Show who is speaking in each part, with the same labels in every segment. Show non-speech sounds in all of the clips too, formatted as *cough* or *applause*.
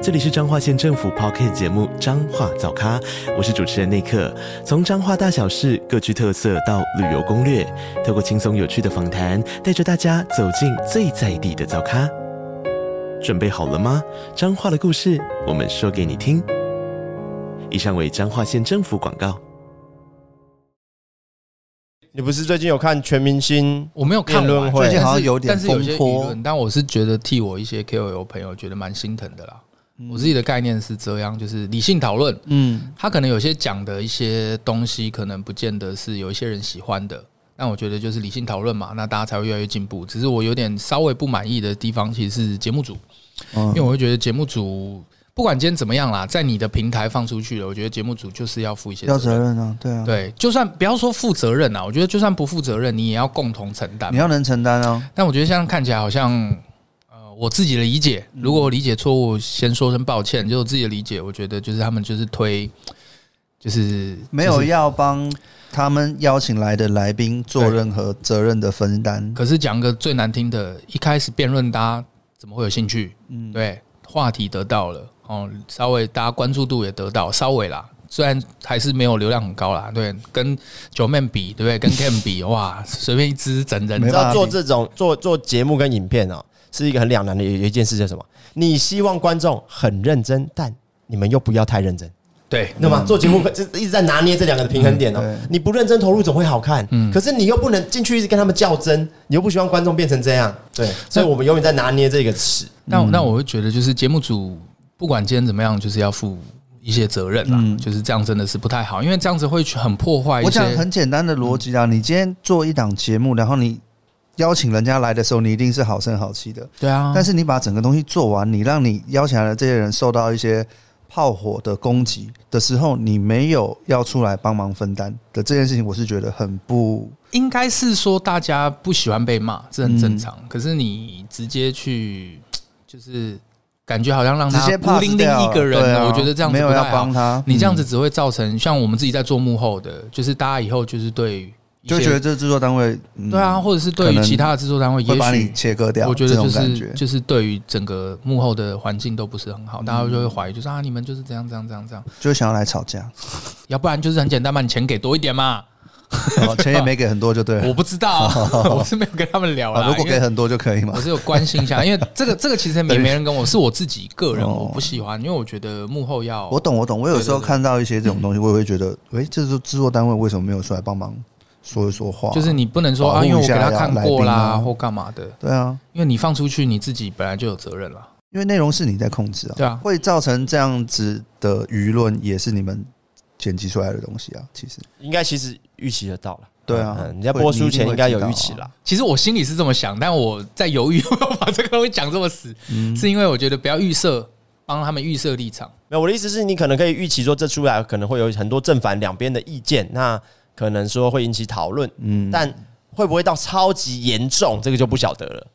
Speaker 1: 这里是彰化县政府 p o c k t 节目《彰化早咖》，我是主持人内克。从彰化大小事各具特色到旅游攻略，透过轻松有趣的访谈，带着大家走进最在地的早咖。准备好了吗？彰化的故事，我们说给你听。以上为彰化县政府广告。
Speaker 2: 你不是最近有看全明星？
Speaker 3: 我没有看
Speaker 2: 辩论
Speaker 3: 完
Speaker 2: 会
Speaker 3: 但是
Speaker 2: 最
Speaker 4: 近好像有点
Speaker 3: 但是有些
Speaker 4: 风波
Speaker 3: 舆论，但我是觉得替我一些 KOL 朋友觉得蛮心疼的啦。我自己的概念是这样，就是理性讨论，
Speaker 4: 嗯，
Speaker 3: 他可能有些讲的一些东西，可能不见得是有一些人喜欢的。但我觉得就是理性讨论嘛，那大家才会越来越进步。只是我有点稍微不满意的地方，其实是节目组，因
Speaker 4: 哦
Speaker 3: 为我会觉得节目组不管今天怎么样啦，在你的平台放出去了，我觉得节目组就是要负一些
Speaker 4: 要
Speaker 3: 责
Speaker 4: 责
Speaker 3: 任。
Speaker 4: 任啊，对啊，，
Speaker 3: 对，就算不要说负责任啊，我觉得就算不负责任，你也要共同承担嘛
Speaker 4: 你。要能承担啊，
Speaker 3: 但我觉得现在看起来好像，呃，我自己的理解，
Speaker 4: 嗯
Speaker 3: 如果我理解错误，先说声抱歉。就我自己的理解，我觉得就是他们就是推，就是
Speaker 4: 没有
Speaker 3: 就是
Speaker 4: 要帮他们邀请来的来宾做任何责任的分担。
Speaker 3: 可是讲个最难听的，一开始辩论大家怎么会有兴趣？
Speaker 4: 嗯，
Speaker 3: 对，话题得到了，哦，稍微大家关注度也得到，稍微啦。虽然还是没有流量很高啦，对，跟九妹比，对不对？跟 Ken 比，哇，随便一支整人
Speaker 2: 你
Speaker 4: 没
Speaker 2: 知道
Speaker 4: 办法
Speaker 2: 做
Speaker 4: 比
Speaker 2: 这种做做节目跟影片啊，是一个很两难的一一件事，是什么？你希望观众很认真，但你们又不要太认真，
Speaker 3: 对，
Speaker 2: 那么做节目这一直在拿捏这两个的平衡点哦
Speaker 4: 嗯对。嗯
Speaker 2: 你不认真投入总会好看，可是你又不能进去一直跟他们较真，你又不希望观众变成这样，对，所以我们永远在拿捏这个尺。
Speaker 3: 那
Speaker 4: 嗯
Speaker 3: 那我会觉得，就是节目组不管今天怎么样，就是要负一些责任啦。
Speaker 4: 嗯
Speaker 3: 就是这样真的是不太好，因为这样子会去很破坏一
Speaker 4: 我讲
Speaker 3: 些。嗯
Speaker 4: 很简单的逻辑啊，你今天做一档节目，然后你邀请人家来的时候，你一定是好声好气的，
Speaker 3: 对啊，
Speaker 4: 但
Speaker 3: 是
Speaker 4: 是你把整个东西做完，你让你邀请来的这些人受到一些炮火的攻击的时候，你没有要出来帮忙分担的这件事情，我是觉得很不
Speaker 3: 应该是说大家不喜欢被骂，这很正常。
Speaker 4: 嗯
Speaker 3: 可是你直接去，就是感觉好像让
Speaker 4: 直
Speaker 3: 他
Speaker 4: 接
Speaker 3: 孤
Speaker 4: pass
Speaker 3: 零零
Speaker 4: 掉
Speaker 3: 一个人
Speaker 4: 对啊，
Speaker 3: 我觉得这样子
Speaker 4: 没有
Speaker 3: 不
Speaker 4: 要
Speaker 3: 太好
Speaker 4: 帮他，
Speaker 3: 你这样
Speaker 4: 嗯
Speaker 3: 子只会造成像我们自己在做幕后的，就是大家以后就是对一
Speaker 4: 就
Speaker 3: 些
Speaker 4: 觉得这制作单位，嗯
Speaker 3: 对啊，，或者是对
Speaker 4: 可
Speaker 3: 于
Speaker 4: 能
Speaker 3: 其他的制作单位，也
Speaker 4: 会把
Speaker 3: 许
Speaker 4: 你切割掉，
Speaker 3: 我觉得
Speaker 4: 这种
Speaker 3: 就
Speaker 4: 感
Speaker 3: 是
Speaker 4: 觉
Speaker 3: 就是对于整个幕后的环境都不是很好，大家就会怀疑，就是啊，你们就是这样这样这样这样，
Speaker 4: 就想要来吵架， *laughs*
Speaker 3: 要不然就是很简单嘛，你钱给多一点嘛。
Speaker 4: 哦钱也没给很多就对
Speaker 3: 我
Speaker 4: 了，
Speaker 3: 不知
Speaker 4: *laughs*
Speaker 3: 道， *laughs* 我是没有跟他们聊
Speaker 4: 啊
Speaker 3: 啦。
Speaker 4: 如果
Speaker 3: 因
Speaker 4: 给
Speaker 3: 为
Speaker 4: 很多就可以嘛
Speaker 3: 我，是有关心一下，因为这个这个其实也没没人跟我，是我自己个人
Speaker 4: 哦
Speaker 3: 我不喜欢，因为我觉得幕后要
Speaker 4: 我懂我懂，我有时候
Speaker 3: 对对对
Speaker 4: 看到一些这种东西，我也会觉得，诶，这是制作单位为什么没有出来帮忙说一说话？
Speaker 3: 就是你不能说
Speaker 4: 保护
Speaker 3: 啊，因为我给他
Speaker 4: 一下
Speaker 3: 看
Speaker 4: 来
Speaker 3: 过
Speaker 4: 宾
Speaker 3: 啦
Speaker 4: 啊
Speaker 3: 或干嘛的，
Speaker 4: 对啊，
Speaker 3: 因为你放出去你自己本来就有责任啦。
Speaker 4: 因为内容是你在控制啊，
Speaker 3: 对啊
Speaker 4: 会造成这样子的舆论，也是你们剪辑出来的东西啊，其实
Speaker 2: 应该其实预期得到了，
Speaker 4: 对啊
Speaker 2: 嗯你在播出前应该有预期
Speaker 4: 会你一定会知道
Speaker 2: 啦
Speaker 4: 啊。
Speaker 3: 其实我心里是这么想，但我在犹豫要不要把这个东西讲这么死，
Speaker 4: 嗯
Speaker 3: 是因为我觉得不要预设，帮他们预设立场。
Speaker 2: 没有，我的意思是你可能可以预期说，这出来可能会有很多正反两边的意见，那可能说会引起讨论，
Speaker 4: 嗯，
Speaker 2: 但会不会到超级严重，这个就不晓得了。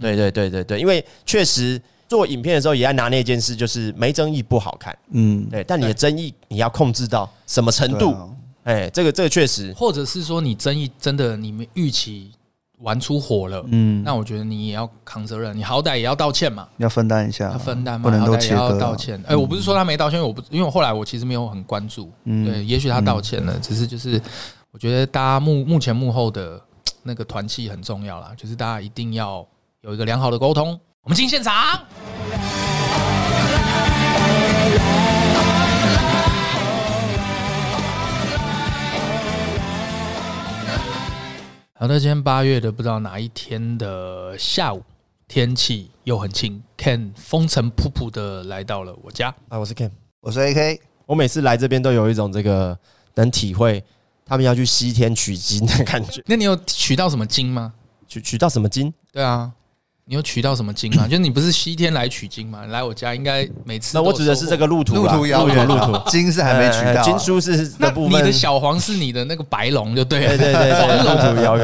Speaker 2: 对对对对对，因为确实做影片的时候也要拿那一件事，就是没争议不好看，
Speaker 4: 嗯，
Speaker 2: 对，但你的争议你要控制到什么程度
Speaker 4: 对？啊
Speaker 2: 哎，这个这个确实，
Speaker 3: 或者是说你争议真的你们预期玩出火了，
Speaker 4: 嗯，
Speaker 3: 那我觉得你也要扛责任，你好歹也要道歉嘛，
Speaker 4: 要分担一下，啊
Speaker 3: 要分担嘛，
Speaker 4: 不能
Speaker 3: 好
Speaker 4: 都
Speaker 3: 歹也
Speaker 4: 切
Speaker 3: 要
Speaker 4: 割啊
Speaker 3: 道歉。哎、我不是说他没道歉，因为我不，因为我后来我其实没有很关注，
Speaker 4: 嗯
Speaker 3: 对，也许他道歉了，只是就是我觉得大家幕目前幕后的那个团气很重要啦，就是大家一定要有一个良好的沟通。我们进现场。好的，今天八月的不知道哪一天的下午，天气又很晴，Ken 风尘仆仆的来到了我家。
Speaker 2: 啊，我是 Ken，
Speaker 4: 我是 AK，
Speaker 2: 我每次来这边都有一种这个能体会他们要去西天取经的感觉，
Speaker 3: 那你有取到什么经吗？
Speaker 2: 取取到什么经？
Speaker 3: 对啊，你有取到什么经
Speaker 2: *coughs*
Speaker 3: 吗？就是你不是西天来取经吗？来我家应该每次
Speaker 2: 那
Speaker 3: 都有
Speaker 2: 我指的是
Speaker 3: 收获
Speaker 2: 这个路途啦，
Speaker 4: 途遥远， *laughs* 金是还没取到啊，
Speaker 2: 哎呃金叔是
Speaker 3: 那
Speaker 2: 的部
Speaker 3: 你
Speaker 2: 分。
Speaker 3: 的小黄是你的那个白龙就对了，
Speaker 2: 对对对对，路途遥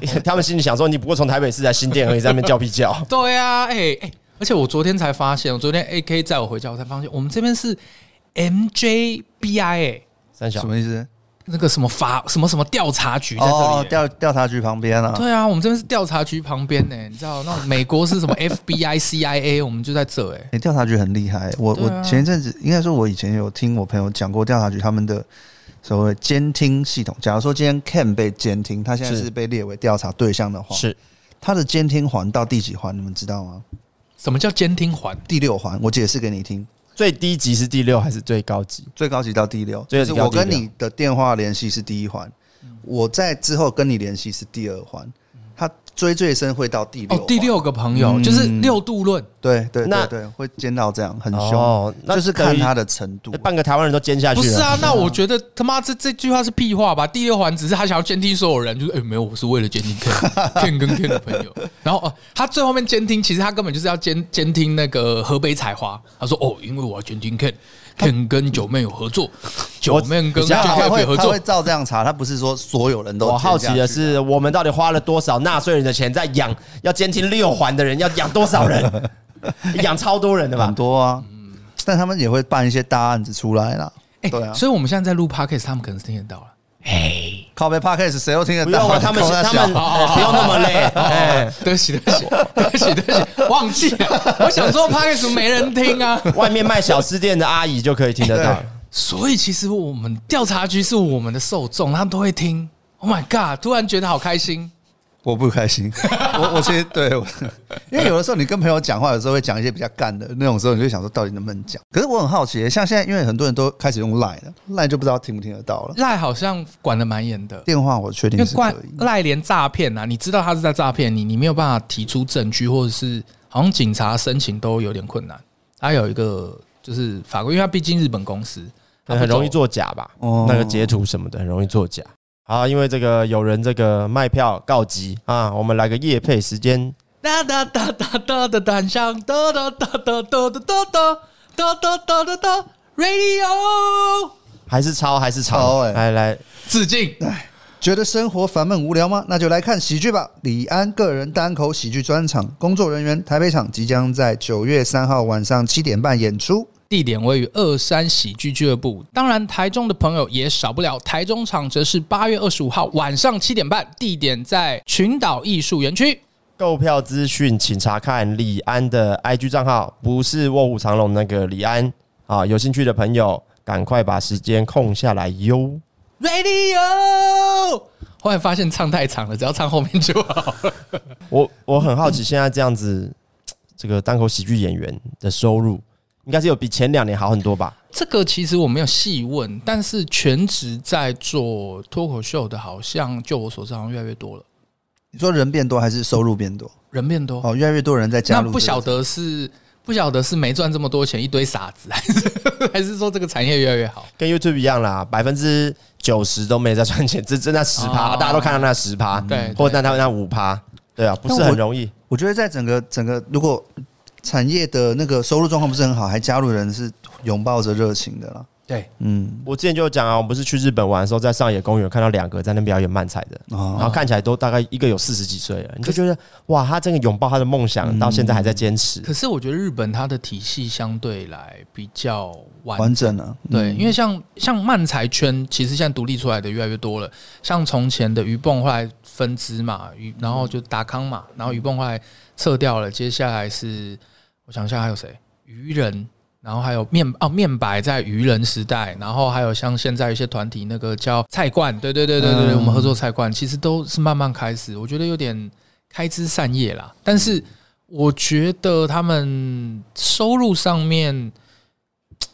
Speaker 3: *laughs*
Speaker 2: 远。 *laughs* 他们心里想说，你不过从台北市来新店而已，在那边叫屁叫。
Speaker 3: 对啊，哎、哎、而且我昨天才发现，我昨天 AK 载我回家，我才发现我们这边是 MJBI 哎、
Speaker 2: 三小
Speaker 4: 什，么意思？
Speaker 3: 那个什么法什么什么调查局在这里、哎
Speaker 4: 哦，调调查局旁边啊，
Speaker 3: 对啊，我们这边是调查局旁边呢、你知道那种美国是什么 *laughs* FBI、CIA，我们就在这哎、
Speaker 4: 你调查局很厉害。我、
Speaker 3: 对啊
Speaker 4: 我前一阵子应该说，我以前有听我朋友讲过调查局他们的所谓监听系统。假如说今天 Ken 被监听，他现在
Speaker 2: 是
Speaker 4: 是被列为调查对象的话，
Speaker 2: 是
Speaker 4: 他的监听环到第几环？你们知道吗？
Speaker 3: 什么叫监听环？
Speaker 4: 第六环。我解释给你听，
Speaker 2: 最低级是第六还是最高级？
Speaker 4: 最高级到第六，
Speaker 2: 最
Speaker 4: 就
Speaker 2: 高级
Speaker 4: 是我
Speaker 2: 到第六
Speaker 4: 跟你的电话联系是第一环，我在之后跟你联系是第二环，他追最深会到第六
Speaker 3: 哦
Speaker 4: 环，
Speaker 3: 第六个朋友、
Speaker 4: 嗯
Speaker 3: 就是六度论，
Speaker 4: 对对
Speaker 2: 那
Speaker 4: 对对，会尖到这样，很凶，
Speaker 2: 哦，那
Speaker 4: 就是
Speaker 2: 等
Speaker 4: 看
Speaker 2: 于
Speaker 4: 他的程度。
Speaker 2: 半个台湾人都尖下去
Speaker 3: 不
Speaker 2: 了。
Speaker 3: 是啊？那我觉得他妈这这句话是屁话吧？第六环只是他想要监听所有人，就是哎、没有，我是为了监听
Speaker 4: *laughs*
Speaker 3: Ken Ken 跟 Ken 的朋友。然后哦、他最后面监听，其实他根本就是要监监听那个河北采花。他说哦，因为我要监听 Ken。Ken 跟九妹有合作，九妹跟
Speaker 2: 比较
Speaker 3: Ken
Speaker 2: 好
Speaker 4: 啊他
Speaker 3: Ken
Speaker 4: 会
Speaker 3: 有合
Speaker 4: 他
Speaker 3: 作
Speaker 4: 会，照这样查，他不是说所有人都。
Speaker 2: 我好奇的，是，我们到底花了多少纳税人的钱在养要监听六环的人，要养多少
Speaker 4: *laughs*
Speaker 2: 人？养超多人的吧嗯
Speaker 4: 很？多啊，但他们也会办一些大案子出来啦。
Speaker 3: 哎、
Speaker 4: 对啊，
Speaker 3: 所以我们现在在录 podcast，他们可能是听得到了。
Speaker 4: 靠背 podcast 谁都听得
Speaker 2: 不用
Speaker 4: 到
Speaker 2: 啊，
Speaker 4: 啊，
Speaker 2: 他们
Speaker 4: *laughs* 开玩
Speaker 2: 他
Speaker 4: 笑
Speaker 2: 们呃不用那么
Speaker 4: *laughs*
Speaker 2: 累。哎
Speaker 3: 哎， *laughs* 对不起，对不起，对不起，对不起，忘记了。我想说 p o d c a 没人听啊，
Speaker 2: 外面卖小吃店的阿姨就可以听得到
Speaker 4: 对。
Speaker 3: 所以其实我们调查局是我们的受众，他们都会听。Oh my god！突然觉得好开心。
Speaker 4: 我不
Speaker 2: *laughs*
Speaker 4: 开心，我我其实对，我因为有的时候你跟朋友讲话，有时候会讲一些比较干的那种时候，你就想说到底能不能讲？可是我很好奇，像现在因为很多人都开始用 line 了，line 就不知道听不听得到了。
Speaker 3: 赖好像管的蛮严的，
Speaker 4: 电话我确
Speaker 3: 因为
Speaker 4: 定是可
Speaker 3: 怪
Speaker 4: 以，
Speaker 3: 赖连诈骗啊，你知道他是在诈骗你，你没有办法提出证据，或者是好像警察申请都有点困难。他有一个就是法规，因为他毕竟日本公司，他不
Speaker 2: 很容易
Speaker 3: 走
Speaker 2: 作假吧？
Speaker 4: 哦
Speaker 2: 那个截图什么的很容易作假。好，因为这个有人这个卖票告急啊，我们来个夜配时间。
Speaker 3: 哒哒哒哒哒的单向，哒哒哒哒哒哒哒哒哒哒哒哒哒，Radio，
Speaker 2: 还是超还是
Speaker 4: 超
Speaker 2: 超，
Speaker 4: 欸
Speaker 2: 来来，
Speaker 3: 致敬。
Speaker 4: 觉得生活烦闷无聊吗？那就来看喜剧吧！李安个人单口喜剧专场，工作人员台北场即将在九月三号晚上七点半演出。
Speaker 3: 地点位于二三喜剧俱乐部，当然台中的朋友也少不了。台中场则是八月二十五号晚上七点半，地点在群岛艺术园区。
Speaker 2: 购票资讯请查看李安的 IG 账号，不是卧虎藏龙那个李安啊。有兴趣的朋友，赶快把时间空下来哟。
Speaker 3: Radio，后来发现唱太长了，只要唱后面就好。 *laughs*
Speaker 2: 我我很好奇，现在这样子，这个单口喜剧演员的收入，应该是有比前两年好很多吧？
Speaker 3: 这个其实我没有细问，但是全职在做脱口秀的，好像就我所知，好像越来越多了，
Speaker 4: 你说人变多还是收入变多？
Speaker 3: 人变多。
Speaker 4: 哦，越来越多人在加
Speaker 3: 那
Speaker 4: 入、
Speaker 3: 不晓，得是不晓得是没赚这么多钱一堆傻子，还是还是说这个产业越来越好？
Speaker 2: 跟 YouTube 一样啦，百分之九十都没在赚钱， *laughs* 只只那十趴，
Speaker 3: 哦嗯
Speaker 2: 大家都看到那十趴，
Speaker 3: 对
Speaker 2: 或者那他那五趴，对啊，不是
Speaker 4: 但我
Speaker 2: 很容易。
Speaker 4: 我觉得在整个整个如果产业的那个收入状况不是很好，还加入的人是拥抱着热情的啦。
Speaker 3: 对，
Speaker 4: 嗯，
Speaker 2: 我之前就有讲啊，我们不是去日本玩的时候，在上野公园看到两个在那边表演漫才的，然
Speaker 4: 哦，
Speaker 2: 后看起来都大概一个有四十几岁了，你就觉得哇，他这个拥抱他的梦想，到现在还在坚持。
Speaker 3: 嗯可是我觉得日本它的体系相对来比较完
Speaker 4: 完整了、啊。
Speaker 3: 对，
Speaker 4: 嗯
Speaker 3: 因为像像漫才圈，其实现在独立出来的越来越多了。像从前的鱼蹦后来分支嘛，鱼然后就达康嘛，然后鱼蹦后来撤掉了。接下来是我想一下还有谁？鱼人，然后还有面哦面白在鱼人时代，然后还有像现在一些团体那个叫菜冠，对对对对对，对
Speaker 4: 嗯
Speaker 3: 我们合作菜冠，其实都是慢慢开始，我觉得有点开枝散叶啦。但是我觉得他们收入上面。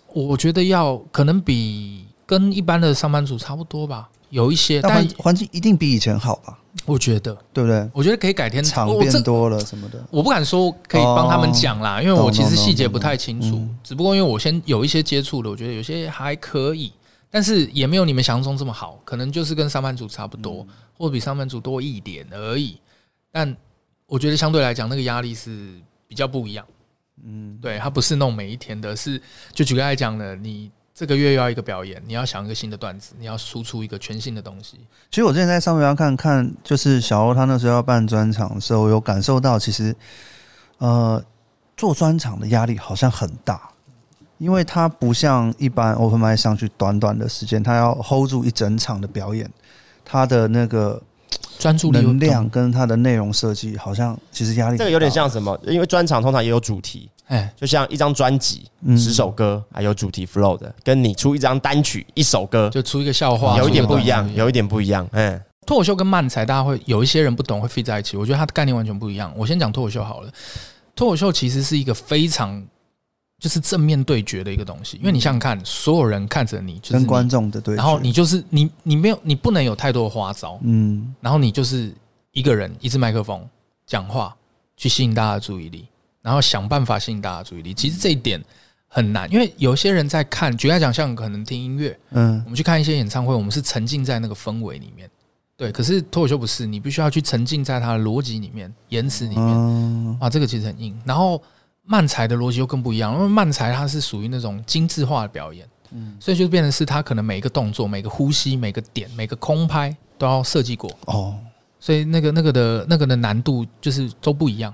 Speaker 3: 我觉得要可能比跟一般的上班族差不多吧，有一些，
Speaker 4: 但
Speaker 3: 但
Speaker 4: 环环境一定比以前好吧？
Speaker 3: 我觉得，
Speaker 4: 对不对？
Speaker 3: 我觉得可以改天
Speaker 4: 厂
Speaker 3: 我
Speaker 4: 变
Speaker 3: 这
Speaker 4: 多了什么的。
Speaker 3: 我不敢说可以帮他们讲啦，因为我其实细节不太清
Speaker 4: 哦懂
Speaker 3: 楚，
Speaker 4: 懂懂
Speaker 3: 只不过因为我先有一些接触了，我觉得有些还可以，但是也没有你们想象中这么
Speaker 4: 嗯
Speaker 3: 好，可能就是跟上班族差不多，或者比上班族多一点而已。但我觉得相对来讲，那个压力是比较不一样。嗯，对，它不是那种每一天的，是就举个来讲呢，你这个月要一个表演，你要想一个新的段子，你要输出一个全新的东西。
Speaker 4: 其实我之前在上面要看看，就是小欧他那时候要办专场的时候，我有感受到其实，呃，做专场的压力好像很大，因为他不像一般 open mic 上去短短的时间，他要 hold 住一整场的表演，他的那个
Speaker 3: 专注力会
Speaker 4: 能
Speaker 3: 不同
Speaker 4: 量，跟他的内容设计，好像其实压力很
Speaker 2: 这个有点
Speaker 4: 大
Speaker 2: 像什么？因为专场通常也有主题，
Speaker 3: 哎，
Speaker 2: 就像一张专辑
Speaker 4: 嗯
Speaker 2: 十首歌，还有主题 flow 的，跟你出一张单曲一首歌，
Speaker 3: 就出一个笑话，
Speaker 2: 有一点不一
Speaker 3: 出
Speaker 2: 样，
Speaker 3: 个
Speaker 2: 有一点不一样。嗯，
Speaker 3: 脱口秀跟漫才，大家会有一些人不懂，会 fit 在一起。我觉得它的概念完全不一样。我先讲脱口秀好了，脱口秀其实是一个非常就是正面对决的一个东西，因为你想想看，所有人看着你，就是
Speaker 4: 跟
Speaker 3: 你
Speaker 4: 观众的对决，
Speaker 3: 然后你就是你，你没有，你不能有太多的花招，
Speaker 4: 嗯，
Speaker 3: 然后你就是一个人一支麦克风讲话，去吸引大家的注意力，然后想办法吸引大家的注意力。其实这一点很难，因为有些人在看，举例来讲，像可能听音乐，
Speaker 4: 嗯
Speaker 3: 我们去看一些演唱会，我们是沉浸在那个氛围里面。对，可是脱口秀不是，你必须要去沉浸在它的逻辑里面、言辞里面。
Speaker 4: 嗯
Speaker 3: 啊，这个其实很硬。然后漫才的逻辑又更不一样，因为漫才它是属于那种精致化的表演，嗯，所以就变成是它可能每一个动作、每个呼吸、每个点、每个空拍都要设计过，
Speaker 4: 哦，
Speaker 3: 所以那个那个的那个的难度就是都不一样。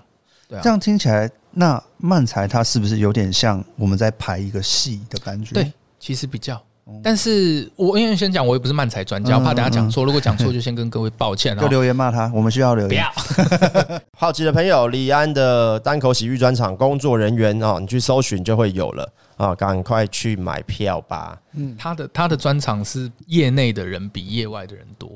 Speaker 3: 对啊
Speaker 4: 这样听起来，那漫才它是不是有点像我们在排一个戏的感觉？
Speaker 3: 对，其实比较。但是我因为先讲，我也不是漫才专家，
Speaker 4: 哦嗯
Speaker 3: 我怕等下讲
Speaker 4: 嗯
Speaker 3: 错。如果讲
Speaker 4: *laughs*
Speaker 3: 错，就先跟各位抱歉
Speaker 4: 就
Speaker 3: 哦。
Speaker 4: 留言骂他，我们需要留
Speaker 3: 不
Speaker 4: 言。
Speaker 3: 要，
Speaker 2: 好奇的朋友，李安的单口喜剧专场工作人员哦，你去搜寻就会有了啊，赶快去买票吧。
Speaker 3: 他的他的专场是业内的人比业外的人多，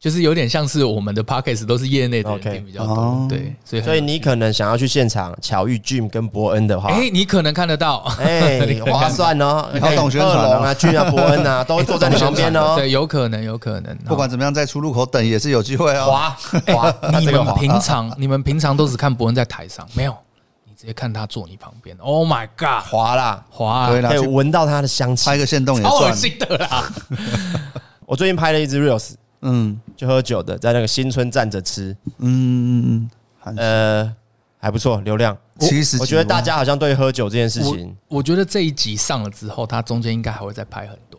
Speaker 3: 就是有点像是我们的 p o c k e t 都是业内的人
Speaker 2: OK
Speaker 3: 听比较多
Speaker 4: 哦
Speaker 3: 对，所以很
Speaker 2: 所以你可能想要去现场巧遇 Jim 跟伯恩的话，
Speaker 3: 哎、你可能看得到，
Speaker 2: 哎、划算哦！
Speaker 4: 你好懂宣传哦
Speaker 2: 二龙啊、俊啊、伯恩啊，都坐
Speaker 3: *laughs*
Speaker 2: 在你旁边哦。
Speaker 3: 啊对，有可能，有可能。
Speaker 4: 不管怎么样，在出入口等也是有机会哦。
Speaker 2: 滑滑，他
Speaker 3: *laughs* 你
Speaker 2: 这个
Speaker 3: 们
Speaker 2: 滑。
Speaker 3: 平常， *laughs* 你们平常都只看伯恩在台上，没有，你直接看他坐你旁边。Oh my god，
Speaker 2: 滑啦，
Speaker 3: 华
Speaker 4: 对
Speaker 3: 啊，
Speaker 4: 啦，
Speaker 2: 可以
Speaker 4: 去
Speaker 2: 闻到它的香气
Speaker 4: 拍。个线洞也
Speaker 3: 超恶
Speaker 4: 赚。
Speaker 3: 心的啦。 *laughs*
Speaker 2: 我最近拍了一支 reels，
Speaker 4: 嗯
Speaker 2: 就喝酒的，在那个新村站着吃，
Speaker 4: 嗯嗯嗯嗯，
Speaker 2: 呃，还不错，流量。我
Speaker 4: 七十几万
Speaker 2: 我觉得大家好像对喝酒这件事
Speaker 3: 我
Speaker 2: 情，
Speaker 3: 我觉得这一集上了之后，他中间应该还会再拍很多。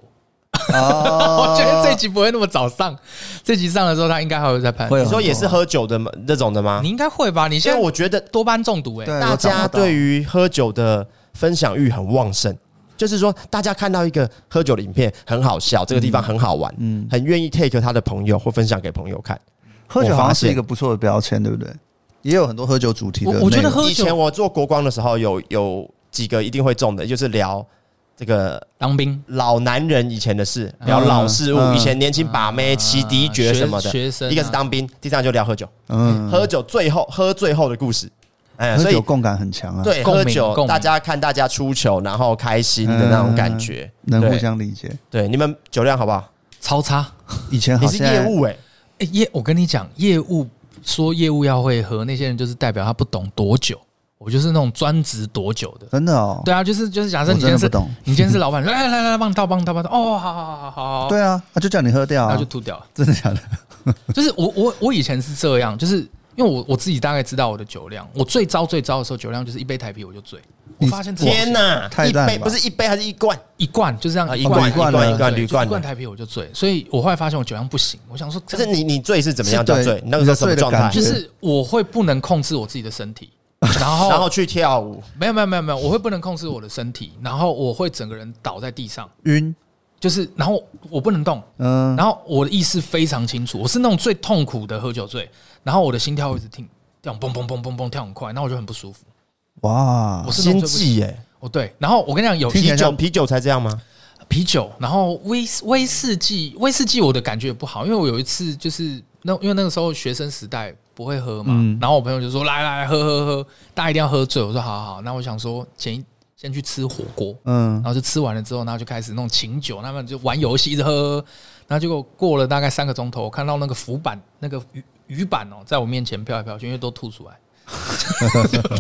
Speaker 4: 哦
Speaker 3: *laughs* 我觉得这一集不会那么早上，这集上了之后，他应该还会再拍。
Speaker 4: 会有
Speaker 2: 你说也是
Speaker 4: 很
Speaker 2: 喝酒的吗那种的吗
Speaker 3: 你？应该会吧？
Speaker 2: 啊
Speaker 3: 你
Speaker 2: 因
Speaker 3: 现
Speaker 2: 为
Speaker 3: 在
Speaker 2: 我觉得
Speaker 3: 多巴胺中毒哎、
Speaker 4: 哦对
Speaker 2: 大家对于喝酒的分享欲很旺盛，就是说大家看到一个喝酒的影片很好笑，这个地方很好玩，嗯，很愿意 take 他的朋友或分享给朋友看。
Speaker 4: 喝酒好
Speaker 2: 我发
Speaker 4: 像
Speaker 2: 现
Speaker 4: 是一个不错的标签，对不对？也有很多喝酒主题的内容。
Speaker 3: 我我觉得喝酒
Speaker 2: 以前我做国光的时候，有有几个一定会中的，就是聊这个
Speaker 3: 当兵。
Speaker 2: 老男人以前的事，聊老事物，
Speaker 4: 嗯
Speaker 2: 以前年轻把妹、骑迪爵什么的。
Speaker 3: 学学生啊
Speaker 2: 一个是当兵，第三个就聊喝酒，
Speaker 4: 嗯，
Speaker 2: 喝酒最后喝最后的故事。哎，
Speaker 4: 喝
Speaker 2: 所以
Speaker 4: 酒共感很强啊，
Speaker 2: 对
Speaker 3: 共
Speaker 2: 喝
Speaker 3: 鸣
Speaker 2: 酒，
Speaker 3: 共鸣
Speaker 2: 大家看大家出糗，然后开心的那种感觉，
Speaker 4: 嗯能互
Speaker 2: 对
Speaker 4: 相理解。
Speaker 2: 对，你们酒量好不好？
Speaker 3: 超差。
Speaker 4: 以前
Speaker 2: 你
Speaker 4: 好
Speaker 2: 是业
Speaker 4: 像
Speaker 2: 务哎，
Speaker 3: 欸、业，我跟你讲，业务说业务要会喝，那些人就是代表他不懂多久。我就是那种专职多久的。
Speaker 4: 真的哦，
Speaker 3: 对啊，就是就是，假设
Speaker 4: 我
Speaker 3: 你今天
Speaker 4: 真的不
Speaker 3: 是，
Speaker 4: 懂。
Speaker 3: *laughs* 你今天是老板，来哎来来来，帮你倒，帮你倒，帮你倒。哦，好好好好好好，
Speaker 4: 对啊，他就叫你喝掉
Speaker 3: 然
Speaker 4: 啊
Speaker 3: 后就，吐掉了。
Speaker 4: *laughs* 真的假的？
Speaker 3: 就是我我我以前是这样，就是因为我我自己大概知道我的酒量，我最糟最糟的时候酒量就是一杯台啤我就醉。我
Speaker 4: 你
Speaker 3: 发现
Speaker 2: 天
Speaker 3: 哪，
Speaker 2: 哪，
Speaker 4: 太
Speaker 2: 一
Speaker 4: 淡了
Speaker 2: 杯
Speaker 4: 吧
Speaker 2: 不是一杯还是一罐？
Speaker 3: 一罐就这样
Speaker 2: 啊
Speaker 3: 一
Speaker 2: 一
Speaker 3: 罐
Speaker 2: 罐一罐
Speaker 3: 一
Speaker 2: 一罐
Speaker 3: 一
Speaker 2: 一罐
Speaker 3: 罐台啤我就醉，所以我后来发现我酒量不行，我想说，
Speaker 2: 就是你你醉是怎么样
Speaker 4: 是对
Speaker 2: 叫醉？你那个时候什么状态
Speaker 4: 你的
Speaker 3: 就
Speaker 4: 醉的感觉？
Speaker 3: 是我会不能控制我自己的身
Speaker 2: *laughs*
Speaker 3: 体，然后
Speaker 2: 然后去跳舞，
Speaker 3: 没有没有没有没有，我会不能控制我的身体，然后我会整个人倒在地上，
Speaker 4: 晕，
Speaker 3: 就是然后我不能动，
Speaker 4: 嗯，
Speaker 3: 然后我的意识非常清楚，我是那种最痛苦的喝酒醉，然后我的心跳会一直停，跳蹦蹦蹦蹦蹦跳很快，然后我就很不舒服。
Speaker 4: 哇
Speaker 3: 我，是那
Speaker 2: 心
Speaker 3: 种最不
Speaker 2: 悸哎，
Speaker 3: 哦对，然后我跟你讲有
Speaker 4: 欸听起
Speaker 2: 啤
Speaker 4: 来
Speaker 2: 酒
Speaker 4: 像
Speaker 2: 啤酒才这样吗？
Speaker 3: 啤酒，然后威威士忌，威士忌我的感觉也不好，因为我有一次就是那因为那个时候学生时代不会喝嘛，
Speaker 4: 嗯
Speaker 3: 然后我朋友就说来来来喝喝喝，大家一定要喝醉，我说好好，好那我想说前一先去吃火锅，
Speaker 4: 嗯
Speaker 3: 然，后就吃完了之后，然后就开始弄琴酒，他们就玩游戏，一直喝喝喝。然后结果过了大概三个钟头，我看到那个浮板、那个鱼鱼板哦，在我面前飘来飘去，因为都吐出
Speaker 4: *laughs*
Speaker 3: 来，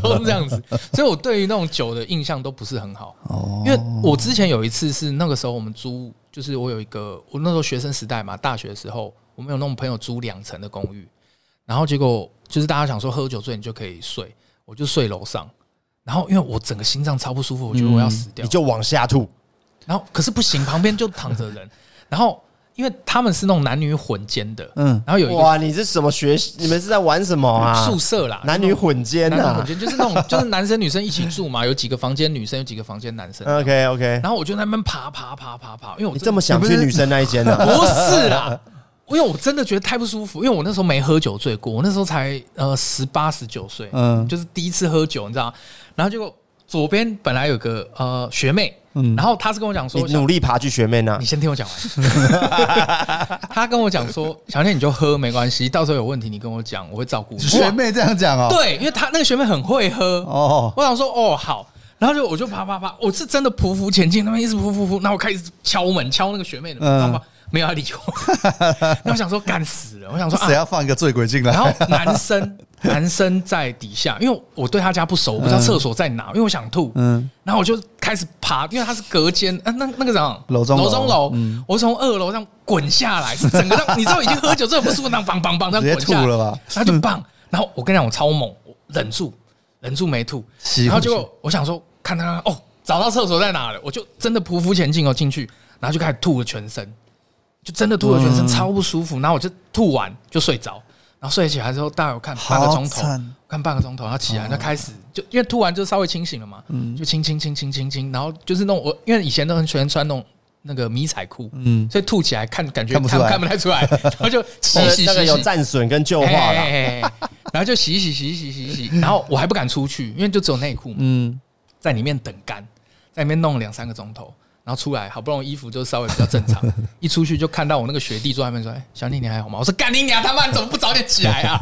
Speaker 3: 都是这样子。所以我对于那种酒的印象都不是很好。
Speaker 4: 哦，
Speaker 3: 因为我之前有一次是那个时候我们租，就是我有一个我那时候学生时代嘛，大学的时候我们有那种朋友租两层的公寓，然后结果就就是大家想说喝酒醉你就可以睡，我就睡楼上。然后因为我整个心脏超不舒服，我觉得我要死掉
Speaker 2: 你。就往下吐，
Speaker 3: 然后可是不行，旁边就躺着人。 *laughs* 然后因为他们是那种男女混间的，
Speaker 4: 嗯
Speaker 3: 然后有一个
Speaker 2: 哇！你是什么学？你们是在玩什么啊？
Speaker 3: 宿舍啦，
Speaker 2: 男女混
Speaker 3: 就
Speaker 2: 间
Speaker 3: 是那种男女混
Speaker 2: 啊
Speaker 3: 间，就是那种 *laughs* 就是男生女生一起住嘛，有几个房间女生，有几个房间男生。
Speaker 2: ？OK OK，
Speaker 3: 然后我就在那边爬爬爬爬爬，因为我
Speaker 2: 嗯你
Speaker 3: 真的
Speaker 2: 这么想去女生那一间啊呢、
Speaker 3: 不是啦，因为我真的觉得太不舒服，因为我那时候没喝酒醉过，我那时候才呃十八十九岁，
Speaker 4: 嗯
Speaker 3: 就是第一次喝酒，你知道吗？然后结果左边本来有个呃学妹，
Speaker 4: 嗯
Speaker 3: 然后她是跟我讲说
Speaker 2: 你，努力爬去学妹那
Speaker 3: 你，先听我讲完。 *laughs* 她跟我讲说，小念你就喝没关系，到时候有问题你跟我讲，我会照顾你。
Speaker 4: 学妹这样讲哦，
Speaker 3: 哇，对，因为她那个学妹很会喝，
Speaker 4: 哦，
Speaker 3: 我想说哦好，然后就我就爬爬爬，我是真的匍匐前进，那边一直匍匐匍，那我开始敲门敲那个学妹的门，
Speaker 4: 嗯
Speaker 3: 然后没有要理
Speaker 4: *laughs*
Speaker 3: 我，那我想说干死了，我想说
Speaker 4: 谁
Speaker 3: 啊，
Speaker 4: 要放一个醉鬼进来？
Speaker 3: 然后男生男生在底下，因为我对他家不熟，我不知道
Speaker 4: 嗯
Speaker 3: 厕所在哪，因为我想吐，
Speaker 4: *laughs* 嗯，
Speaker 3: 然后我就开始爬，因为它是隔间，啊，那那个长
Speaker 4: 楼中楼
Speaker 3: 楼中楼，
Speaker 4: 嗯
Speaker 3: 我从二楼上滚下来，是整个让你知道已经喝酒醉不舒服，那样梆梆梆这
Speaker 4: 直接
Speaker 3: 样滚下来
Speaker 4: 吐了吧
Speaker 3: 然后就棒，然后我跟你讲，我超猛，我忍住，忍住没吐，
Speaker 4: 吸
Speaker 3: 然后
Speaker 4: 回
Speaker 3: 结
Speaker 4: 去
Speaker 3: 果我想说，看他哦，找到厕所在哪了，我就真的匍匐前进哦进去，然后就开始吐了全身，就真的吐了全身，
Speaker 4: 嗯
Speaker 3: 超不舒服，然后我就吐完就睡着。然后睡起来之后，大概有看半个
Speaker 4: 好
Speaker 3: 钟头
Speaker 4: 惨，
Speaker 3: 看半个钟头，然后起来，那开始就因为突然就稍微清醒了嘛，就清清清清清清，然后就是那种我因为以前都很喜欢穿那种那个迷彩裤，
Speaker 4: 嗯，
Speaker 3: 所以吐起来看感觉
Speaker 4: 看不出来
Speaker 3: 看不太出来，然后就洗
Speaker 2: 那个
Speaker 3: 洗洗
Speaker 2: 那个
Speaker 3: 洗
Speaker 2: 有战损跟旧化
Speaker 3: 哎
Speaker 2: 啦。
Speaker 3: 哎哎哎然后就洗洗洗洗洗洗，然后我还不敢出去，因为就只有内裤嘛，
Speaker 4: 嗯，
Speaker 3: 在里面等干，在里面弄了两三个钟头。然后出来，好不容易衣服就稍微比较正常， *laughs* 一出去就看到我那个学弟坐在那边说：“哎，小妮你还好吗？”我说：“干你娘，他妈你怎么不早点起来
Speaker 4: *laughs*
Speaker 3: 啊？”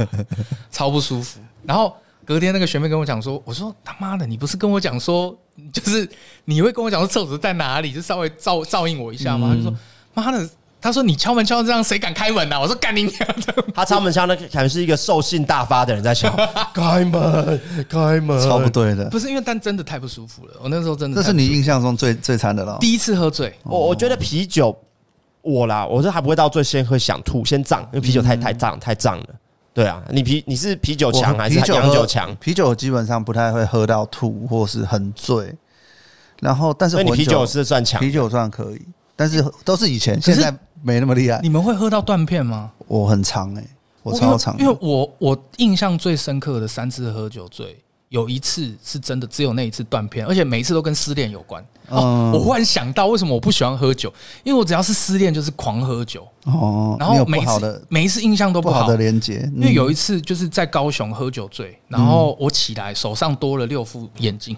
Speaker 3: 超不舒服。然后隔天那个学妹跟我讲说：“我说他妈的，你不是跟我讲说，就是你会跟我讲说厕所在哪里，就稍微照照应我一
Speaker 4: 嗯
Speaker 3: 下吗？”她就说：“妈的，他说你敲门敲成这样，谁敢开门啊？”我说：“干你娘的！” *laughs*
Speaker 2: 他敲门像那个感觉是一个兽性大发的人在
Speaker 4: *laughs*
Speaker 2: 敲，开门，开门，
Speaker 4: 超不对的，
Speaker 3: 不是因为，但真的太不舒服了。我那时候真的
Speaker 4: 这
Speaker 3: 太
Speaker 4: 是
Speaker 3: 不
Speaker 4: 你
Speaker 3: 舒服
Speaker 4: 印象中最最惨的了。
Speaker 3: 第一次喝醉，
Speaker 2: 我我觉得啤酒，我啦，我是还不会到最先会想吐，先胀，因为啤酒太太胀太胀了。对啊，你啤你是啤酒
Speaker 4: 我
Speaker 2: 强还是
Speaker 4: 啤酒
Speaker 2: 洋
Speaker 4: 喝
Speaker 2: 酒强？
Speaker 4: 啤酒基本上不太会喝到吐或是很醉，然后但是
Speaker 2: 所以你
Speaker 4: 混
Speaker 2: 啤酒是算强
Speaker 4: 啤酒算可以，但是都是以前，现在没那么厉害
Speaker 3: 你。们会喝到断片吗？
Speaker 4: 我很长哎、我超长的，
Speaker 3: 因为因为我我印象最深刻的三次喝酒醉，有一次是真的只有那一次断片，而且每一次都跟失恋有关。哦
Speaker 4: 嗯，
Speaker 3: 我忽然想到为什么我不喜欢喝酒，因为我只要是失恋就是狂喝酒，
Speaker 4: 哦，
Speaker 3: 然
Speaker 4: 你
Speaker 3: 后
Speaker 4: 有
Speaker 3: 每
Speaker 4: 不
Speaker 3: 一
Speaker 4: 好
Speaker 3: 次
Speaker 4: 的
Speaker 3: 每一次印象都
Speaker 4: 不好的连接，
Speaker 3: 因为
Speaker 4: 嗯
Speaker 3: 有一次就是在高雄喝酒醉，然后我起来手上多了六副眼镜，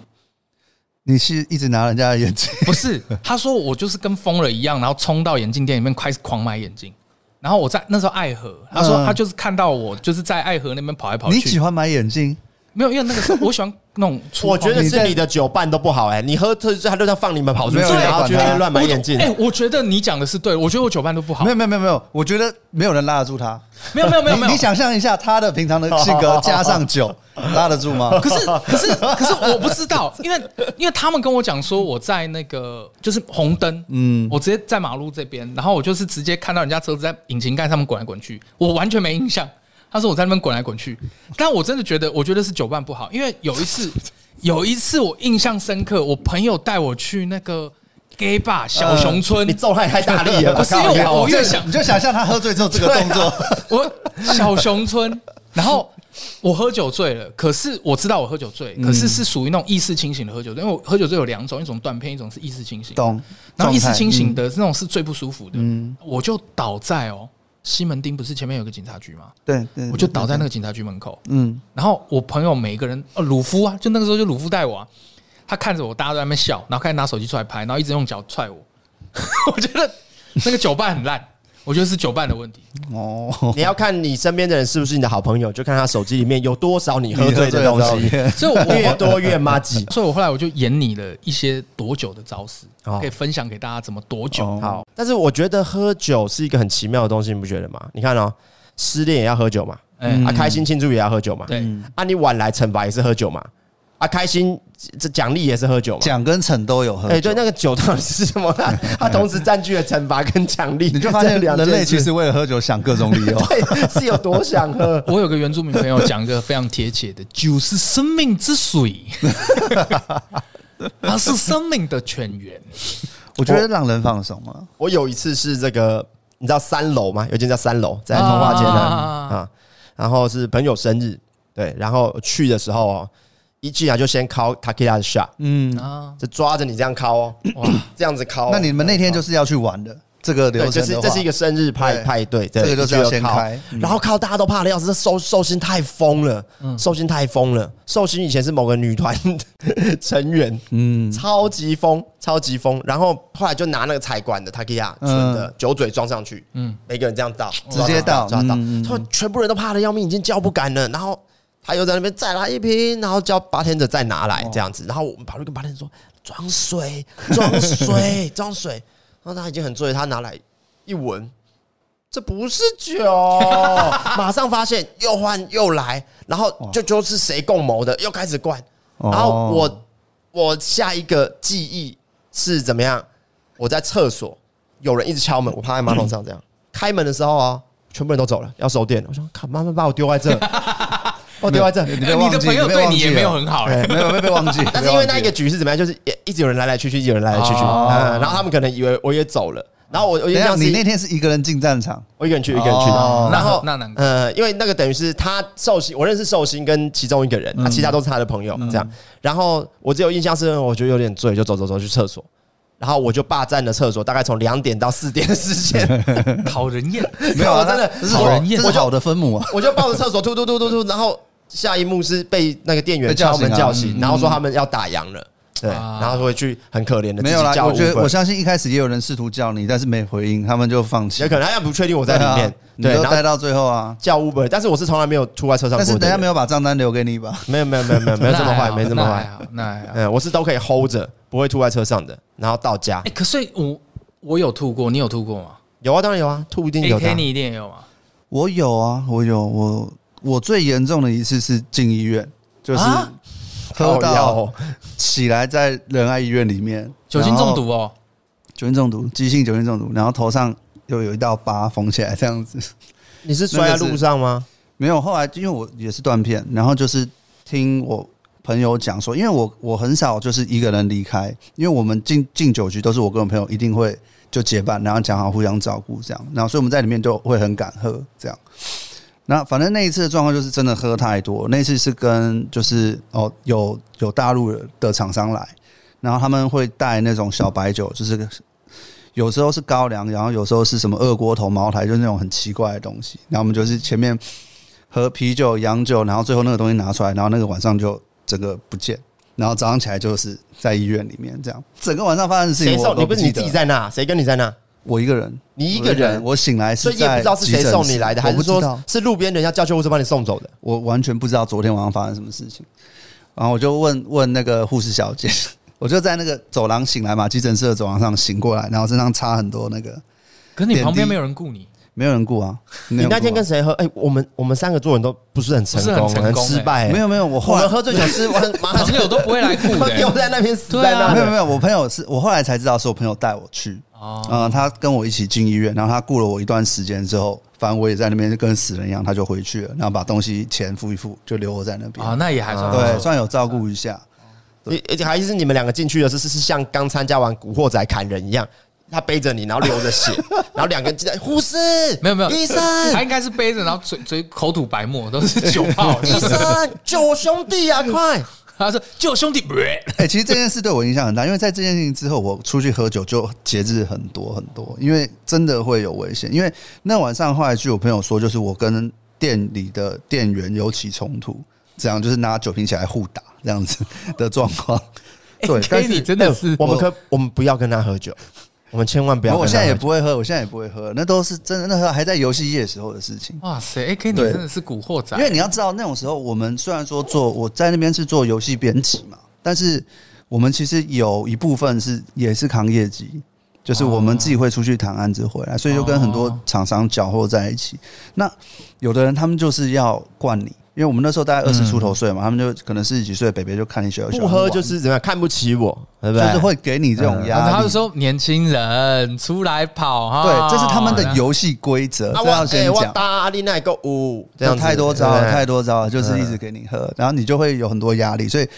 Speaker 4: 你是一直拿人家的眼睛，
Speaker 3: 不是， *laughs* 他说我就是跟疯了一样，然后冲到眼镜店里面开始狂买眼镜。然后我在那时候爱河，他说
Speaker 4: 嗯
Speaker 3: 他就是看到我就是在爱河那边跑来跑
Speaker 4: 你喜
Speaker 3: 去，
Speaker 4: 欢买眼镜，
Speaker 3: 没有，因为那个时候我喜欢那种粗犷，
Speaker 2: 我觉得
Speaker 4: 你
Speaker 2: 是
Speaker 4: 在
Speaker 2: 你的酒伴都不好哎、你喝特他就像放你们跑出去，
Speaker 4: 没有人
Speaker 2: 然后
Speaker 4: 管
Speaker 2: 去
Speaker 4: 他
Speaker 2: 那边乱买眼镜 *laughs*
Speaker 3: 我。哎、我觉得你讲的是对，我觉得我酒伴都不好
Speaker 4: 没，有没有没有没有，我觉得没有人拉得住他。
Speaker 3: 没有没有没有
Speaker 4: 你
Speaker 3: 没有
Speaker 4: 你，想象一下他的平常的性
Speaker 3: *laughs*
Speaker 4: 格加上酒，拉得住吗？
Speaker 3: 可是可是可是我不知道，因为因为他们跟我讲说我在那个就是红灯，嗯，我直接在马路这边，然后我就是直接看到人家车子在引擎盖上面滚来滚去，我完全没印象。他说我在那边滚来滚去，但我真的觉得，我觉得是酒伴不好，因为有一次有一次我印象深刻，我朋友带我去那个 gay bar 小熊村，
Speaker 2: 你揍他也太大力 *laughs* 了吧，
Speaker 3: 不是因为我
Speaker 2: 靠腰啊
Speaker 3: 我越想
Speaker 4: 你就想象他喝醉之后这个动
Speaker 2: *laughs*
Speaker 4: 作，
Speaker 3: 我小熊村，然后我喝酒醉了，可是我知道我喝酒醉，
Speaker 4: 嗯
Speaker 3: 可是是属于那种意识清醒的喝酒醉，因为我喝酒醉有两种，一种断片，一种是意识清醒。
Speaker 4: 懂？嗯
Speaker 3: 然后意识清醒
Speaker 2: 嗯
Speaker 4: 的，
Speaker 3: 的那种是最不舒服的，我就倒在哦，西门町不是前面有个警察局吗？
Speaker 4: 对对，
Speaker 3: 我就倒在那个警察局门口，
Speaker 4: 嗯，
Speaker 3: 然后我朋友每一个人，哦，鲁夫啊，就那个时候就鲁夫带我啊，他看着我，大家都在那边笑，然后开始拿手机出来拍，然后一直用脚踹我， *laughs* 我觉得那个酒伴很烂，我觉得是酒伴的问题。
Speaker 4: *laughs* 哦，
Speaker 2: 你要看你身边的人是不是你的好朋友，就看他手机里面有多少你喝醉的东西，
Speaker 4: *laughs*
Speaker 3: 所以我
Speaker 2: 越多越妈鸡。
Speaker 3: 所以我后来我就演你了一些躲酒的招式，
Speaker 2: 哦
Speaker 3: 可以分享给大家怎么躲酒。
Speaker 4: 哦
Speaker 2: 好，但是我觉得喝酒是一个很奇妙的东西，你不觉得吗？你看哦，失恋也要喝酒嘛，
Speaker 3: 哎
Speaker 2: 啊，开心庆祝也要喝酒嘛，
Speaker 3: 对，
Speaker 2: 啊，你晚来惩罚也是喝酒嘛，啊，开心这奖励也是喝酒嘛。
Speaker 4: 奖跟惩都有喝
Speaker 2: 哎、
Speaker 4: 酒
Speaker 2: 对，那个酒到底是什么？ *laughs* 它它同时占据了惩罚跟奖励，
Speaker 4: 你就发现
Speaker 2: 这两件
Speaker 4: 人类
Speaker 2: 事。
Speaker 4: 其实为了喝酒想各种理由
Speaker 2: *laughs* 对是有多想喝。
Speaker 3: 我有个原住民朋友讲一个非常贴切的： *laughs* 酒是生命之水，它是生命的泉源。
Speaker 4: 我觉得让人放松啊嘛，
Speaker 2: 我有一次是这个，你知道三楼吗？有一间叫三楼，在通化街那里
Speaker 3: 啊
Speaker 2: 啊。然后是朋友生日，对，然后去的时候哦，一进来就先敲 Takila 的 shot，
Speaker 4: 嗯，
Speaker 3: 啊，
Speaker 2: 就抓着你这样敲哦，
Speaker 3: 哇，
Speaker 2: 这样子敲哦。
Speaker 4: 那你们那天就是要去玩的这个流
Speaker 2: 对，这
Speaker 4: 程
Speaker 2: 是
Speaker 4: 的话，
Speaker 2: 这是一个生日派
Speaker 4: 对
Speaker 2: 派对，
Speaker 4: 这个就是要先开嗯
Speaker 2: 一定要靠然后靠大家都怕的要死，这寿寿星太疯了，寿星太疯了，寿星以前是某个女团 *laughs* 成员，嗯，超级疯，超级疯，然后后来就拿那个彩管的 Takia
Speaker 4: 嗯
Speaker 2: 存的酒嘴装上去，嗯，每个人这样倒，
Speaker 4: 直接
Speaker 2: 抓
Speaker 4: 倒
Speaker 2: 抓抓倒，
Speaker 4: 嗯嗯嗯
Speaker 2: 他们全部人都怕的要命，已经叫不敢了，然后。他又在那边再来一瓶，然后叫八天者再拿来
Speaker 4: 哦
Speaker 2: 这样子，然后我们跑去跟八天者说装水， *laughs* 装水，装水，然后他已经很醉了，他拿来一闻，这不是酒， *laughs* 马上发现又换又来，然后就就是谁共谋的，又开始灌。
Speaker 4: 哦
Speaker 2: 然后我我下一个记忆是怎么样？我在厕所，有人一直敲门，我趴在马桶上这
Speaker 4: 嗯
Speaker 2: 样。开门的时候啊，全部人都走了，要收店了。我想，看妈妈把我丢在
Speaker 4: *laughs*
Speaker 2: 这，把我丢在这。
Speaker 4: 你被
Speaker 3: 哎你
Speaker 4: 忘
Speaker 3: 的
Speaker 4: 记，
Speaker 3: 朋友
Speaker 4: 被
Speaker 3: 对
Speaker 4: 忘
Speaker 3: 你
Speaker 4: 记
Speaker 3: 也没有
Speaker 4: 了
Speaker 3: 很好哎、
Speaker 4: 对没有被
Speaker 2: *laughs*
Speaker 4: 被忘记，
Speaker 2: 但是因为那一个局是怎么样？就是也一直有人来来去去，一直有人来来去去。
Speaker 3: 哦
Speaker 2: 嗯，然后他们可能以为我也走了。然后我我
Speaker 4: 等
Speaker 2: 印
Speaker 4: 一下
Speaker 2: 象是
Speaker 4: 你那天是一个人进
Speaker 2: *laughs*
Speaker 4: 战场，
Speaker 2: 我一个人去，一个人去
Speaker 4: 哦
Speaker 2: 的。然后
Speaker 3: 那那难怪
Speaker 2: 呃，因为那个等于是他寿星，我认识寿星跟其中一个人，
Speaker 4: 嗯
Speaker 2: 他其他都是他的朋友这样。然后我只有印象是，我觉得有点醉，就走走走去厕所。然后我就霸占了厕所，大概从两点到四点的时
Speaker 4: *laughs*
Speaker 2: 间，
Speaker 3: 讨人厌。
Speaker 4: 没有啊，
Speaker 2: 我真的
Speaker 4: 那这是
Speaker 2: 好
Speaker 4: 好
Speaker 3: 人厌
Speaker 4: 这是好的分母啊，
Speaker 2: 我就抱着厕所突突突突突，然后下一幕是被那个店员
Speaker 4: 被叫
Speaker 2: 敲
Speaker 4: 醒啊
Speaker 2: 门叫醒，
Speaker 4: 嗯
Speaker 2: 然后说他们要打烊了，对，
Speaker 3: 啊
Speaker 2: 然后回去很可怜的
Speaker 4: 没有啦
Speaker 2: *laughs* 自己，叫
Speaker 4: 我觉得
Speaker 2: Uber
Speaker 4: 我相信一开始也有人试图叫你，但是没回应，他们就放弃
Speaker 2: 也。可能他也不确定我在
Speaker 4: 对
Speaker 2: 里面
Speaker 4: 啊，你
Speaker 2: 对，
Speaker 4: 都
Speaker 2: 然
Speaker 4: 待
Speaker 2: 后
Speaker 4: 到最后啊，
Speaker 2: 叫 Uber，但是我是从来没有吐在车上过
Speaker 4: 但
Speaker 2: 的人，
Speaker 4: 是等一下没有把账单留给你吧？
Speaker 2: 没有没有没有没有没有这么坏，没这么
Speaker 3: 那
Speaker 2: 坏
Speaker 3: 还。好，那还好。哎、
Speaker 2: 嗯，我是都可以 hold 着，不会吐在车上的。然后到家
Speaker 3: 哎可是我我有吐过，你有吐过吗
Speaker 2: 有啊，当然有啊，吐一定有的啊
Speaker 3: ？AK 你一定也有吗？
Speaker 4: 我有啊，我有我我最严重的一次是进医院，就是
Speaker 3: 啊
Speaker 4: 喝
Speaker 2: 靠腰
Speaker 4: 到
Speaker 2: 哦
Speaker 4: 起来在仁爱医院里面
Speaker 3: 酒精中，毒哦，
Speaker 4: 酒精中毒，急性酒精中毒，然后头上又有一道疤缝起来这样子。
Speaker 2: *laughs* 你是摔在路上吗？
Speaker 4: 没有，后来因为我也是断片，然后就是听我朋友讲说，因为我我很少就是一个人离开，因为我们进进酒局都是我跟我朋友一定会就结伴，然后讲好互相照顾这样，然后所以我们在里面就会很敢喝这样。那反正那一次的状况就是真的喝太多，那次是跟就是哦有有大陆的厂商来，然后他们会带那种小白酒，就是有时候是高粱，然后有时候是什么二锅头、茅台，就是那种很奇怪的东西。然后我们就是前面喝啤酒、洋酒，然后最后那个东西拿出来，然后那个晚上就整个不见，然后早上起来就是在医院里面这样，整个晚上发生的事
Speaker 2: 谁
Speaker 4: 情
Speaker 2: 送
Speaker 4: 我
Speaker 2: 你？
Speaker 4: 都
Speaker 2: 不是
Speaker 4: 记
Speaker 2: 你
Speaker 4: 得
Speaker 2: 自己，在那？谁跟你在那？
Speaker 4: 我一个人，
Speaker 2: 你一个人，
Speaker 4: 我醒来
Speaker 2: 所
Speaker 4: 是
Speaker 2: 以你也不
Speaker 4: 在
Speaker 2: 知道是谁
Speaker 4: 急诊
Speaker 2: 送你
Speaker 4: 室
Speaker 2: 来的，
Speaker 4: 我
Speaker 2: 还
Speaker 4: 不
Speaker 2: 是
Speaker 4: 知道
Speaker 2: 说是路边人要叫救护车把你送走的？
Speaker 4: 我完全不知道昨天晚上发生什么事情。然后我就问问那个护士小姐， *laughs* 我就在那个走廊醒来嘛，急诊室的走廊上醒过来，然后身上擦很多那个，
Speaker 3: 可是你旁
Speaker 4: 点
Speaker 3: 边
Speaker 4: 滴
Speaker 3: 没有人顾你，
Speaker 4: 没有人顾啊。没
Speaker 2: 你
Speaker 4: 有人顾啊
Speaker 2: 那天跟谁喝？哎，我们我们三个做人都不是很成
Speaker 3: 不
Speaker 2: 功，
Speaker 3: 是很成功欸
Speaker 2: 失败。欸
Speaker 4: 没有没有，我
Speaker 2: 我
Speaker 4: 后来
Speaker 2: 们喝醉酒
Speaker 3: *laughs*
Speaker 2: 是完，马上
Speaker 3: 朋友都不会来顾的、
Speaker 2: 丢在那边，死在
Speaker 3: 大
Speaker 2: 那
Speaker 4: 没有
Speaker 2: 的。
Speaker 4: 没有，我朋友是我后来才知道是我朋友带我去，
Speaker 3: 哦
Speaker 4: 嗯、他跟我一起进医院，然后他顾了我一段时间之后，反正我也在那边就跟死人一样，他就回去了，然后把东西钱付一付，就留我在那边，
Speaker 3: 啊，那也还算不
Speaker 4: 嗯对，
Speaker 3: 错。
Speaker 4: 算有照顾一下。
Speaker 2: 你而且还是你们两个进去的是是是像刚参加完古惑仔砍人一样，他背着你，然后流着血，然后两个人进来，护士
Speaker 3: *laughs* 没有没有
Speaker 2: 医生，
Speaker 3: 他应该是背着，然后嘴嘴口吐白沫，都是酒泡。
Speaker 2: 医生救我兄弟啊！快！
Speaker 3: 他说：“就兄弟， *laughs*
Speaker 4: *laughs* 哎、其实这件事对我影响很大，因为在这件事情之后，我出去喝酒就节制很多很多，因为真的会有危险。因为那晚上后来据我朋友说，就是我跟店里的店员有起冲突，这样就是拿酒瓶起来互打这样子的状况。对，但
Speaker 3: K
Speaker 4: 是
Speaker 3: 你 *laughs* 真的
Speaker 2: 哎
Speaker 3: 是
Speaker 2: 我们可我们不要跟他喝酒，我们千 *laughs* 万不要跟他喝
Speaker 4: 我
Speaker 2: 酒。
Speaker 4: 现在也不会喝，我现在也不会喝，那都是真的，那时候还在游戏业时候的事情。
Speaker 3: 哇塞！A K 你
Speaker 4: 对
Speaker 3: 真的是古惑仔，
Speaker 4: 因为你要知道，那种时候我们虽然说做我在那边是做游戏编辑嘛，但是我们其实有一部分是也是扛业绩，就是我们自己会出去谈案子回来，
Speaker 2: 哦
Speaker 4: 所以就跟很多厂商搅和在一起。那有的人他们就是要灌你，因为我们那时候大概二十出头岁嘛，他们就可能四十几岁的北北就看你喜欢喜
Speaker 2: 嗯不
Speaker 4: 欢
Speaker 2: 喝
Speaker 4: 玩
Speaker 2: 就是嗯怎么样看不起我，对不
Speaker 4: 就
Speaker 2: 对？
Speaker 4: 是会给啊你这种
Speaker 3: 然
Speaker 2: 哦
Speaker 3: 后
Speaker 4: 压
Speaker 3: 他就
Speaker 4: 力。
Speaker 3: 说年轻人出来跑哈，
Speaker 4: 对，这是他们的游戏规则，
Speaker 2: 哦啊
Speaker 4: 这要
Speaker 2: 我哎
Speaker 4: 先
Speaker 2: 我
Speaker 4: 讲。
Speaker 2: 搭阿丽奈个舞，这样子
Speaker 4: 太多招了，
Speaker 2: 对
Speaker 4: 太多招了，就是一直给你喝，然后你就会有很多压力，所以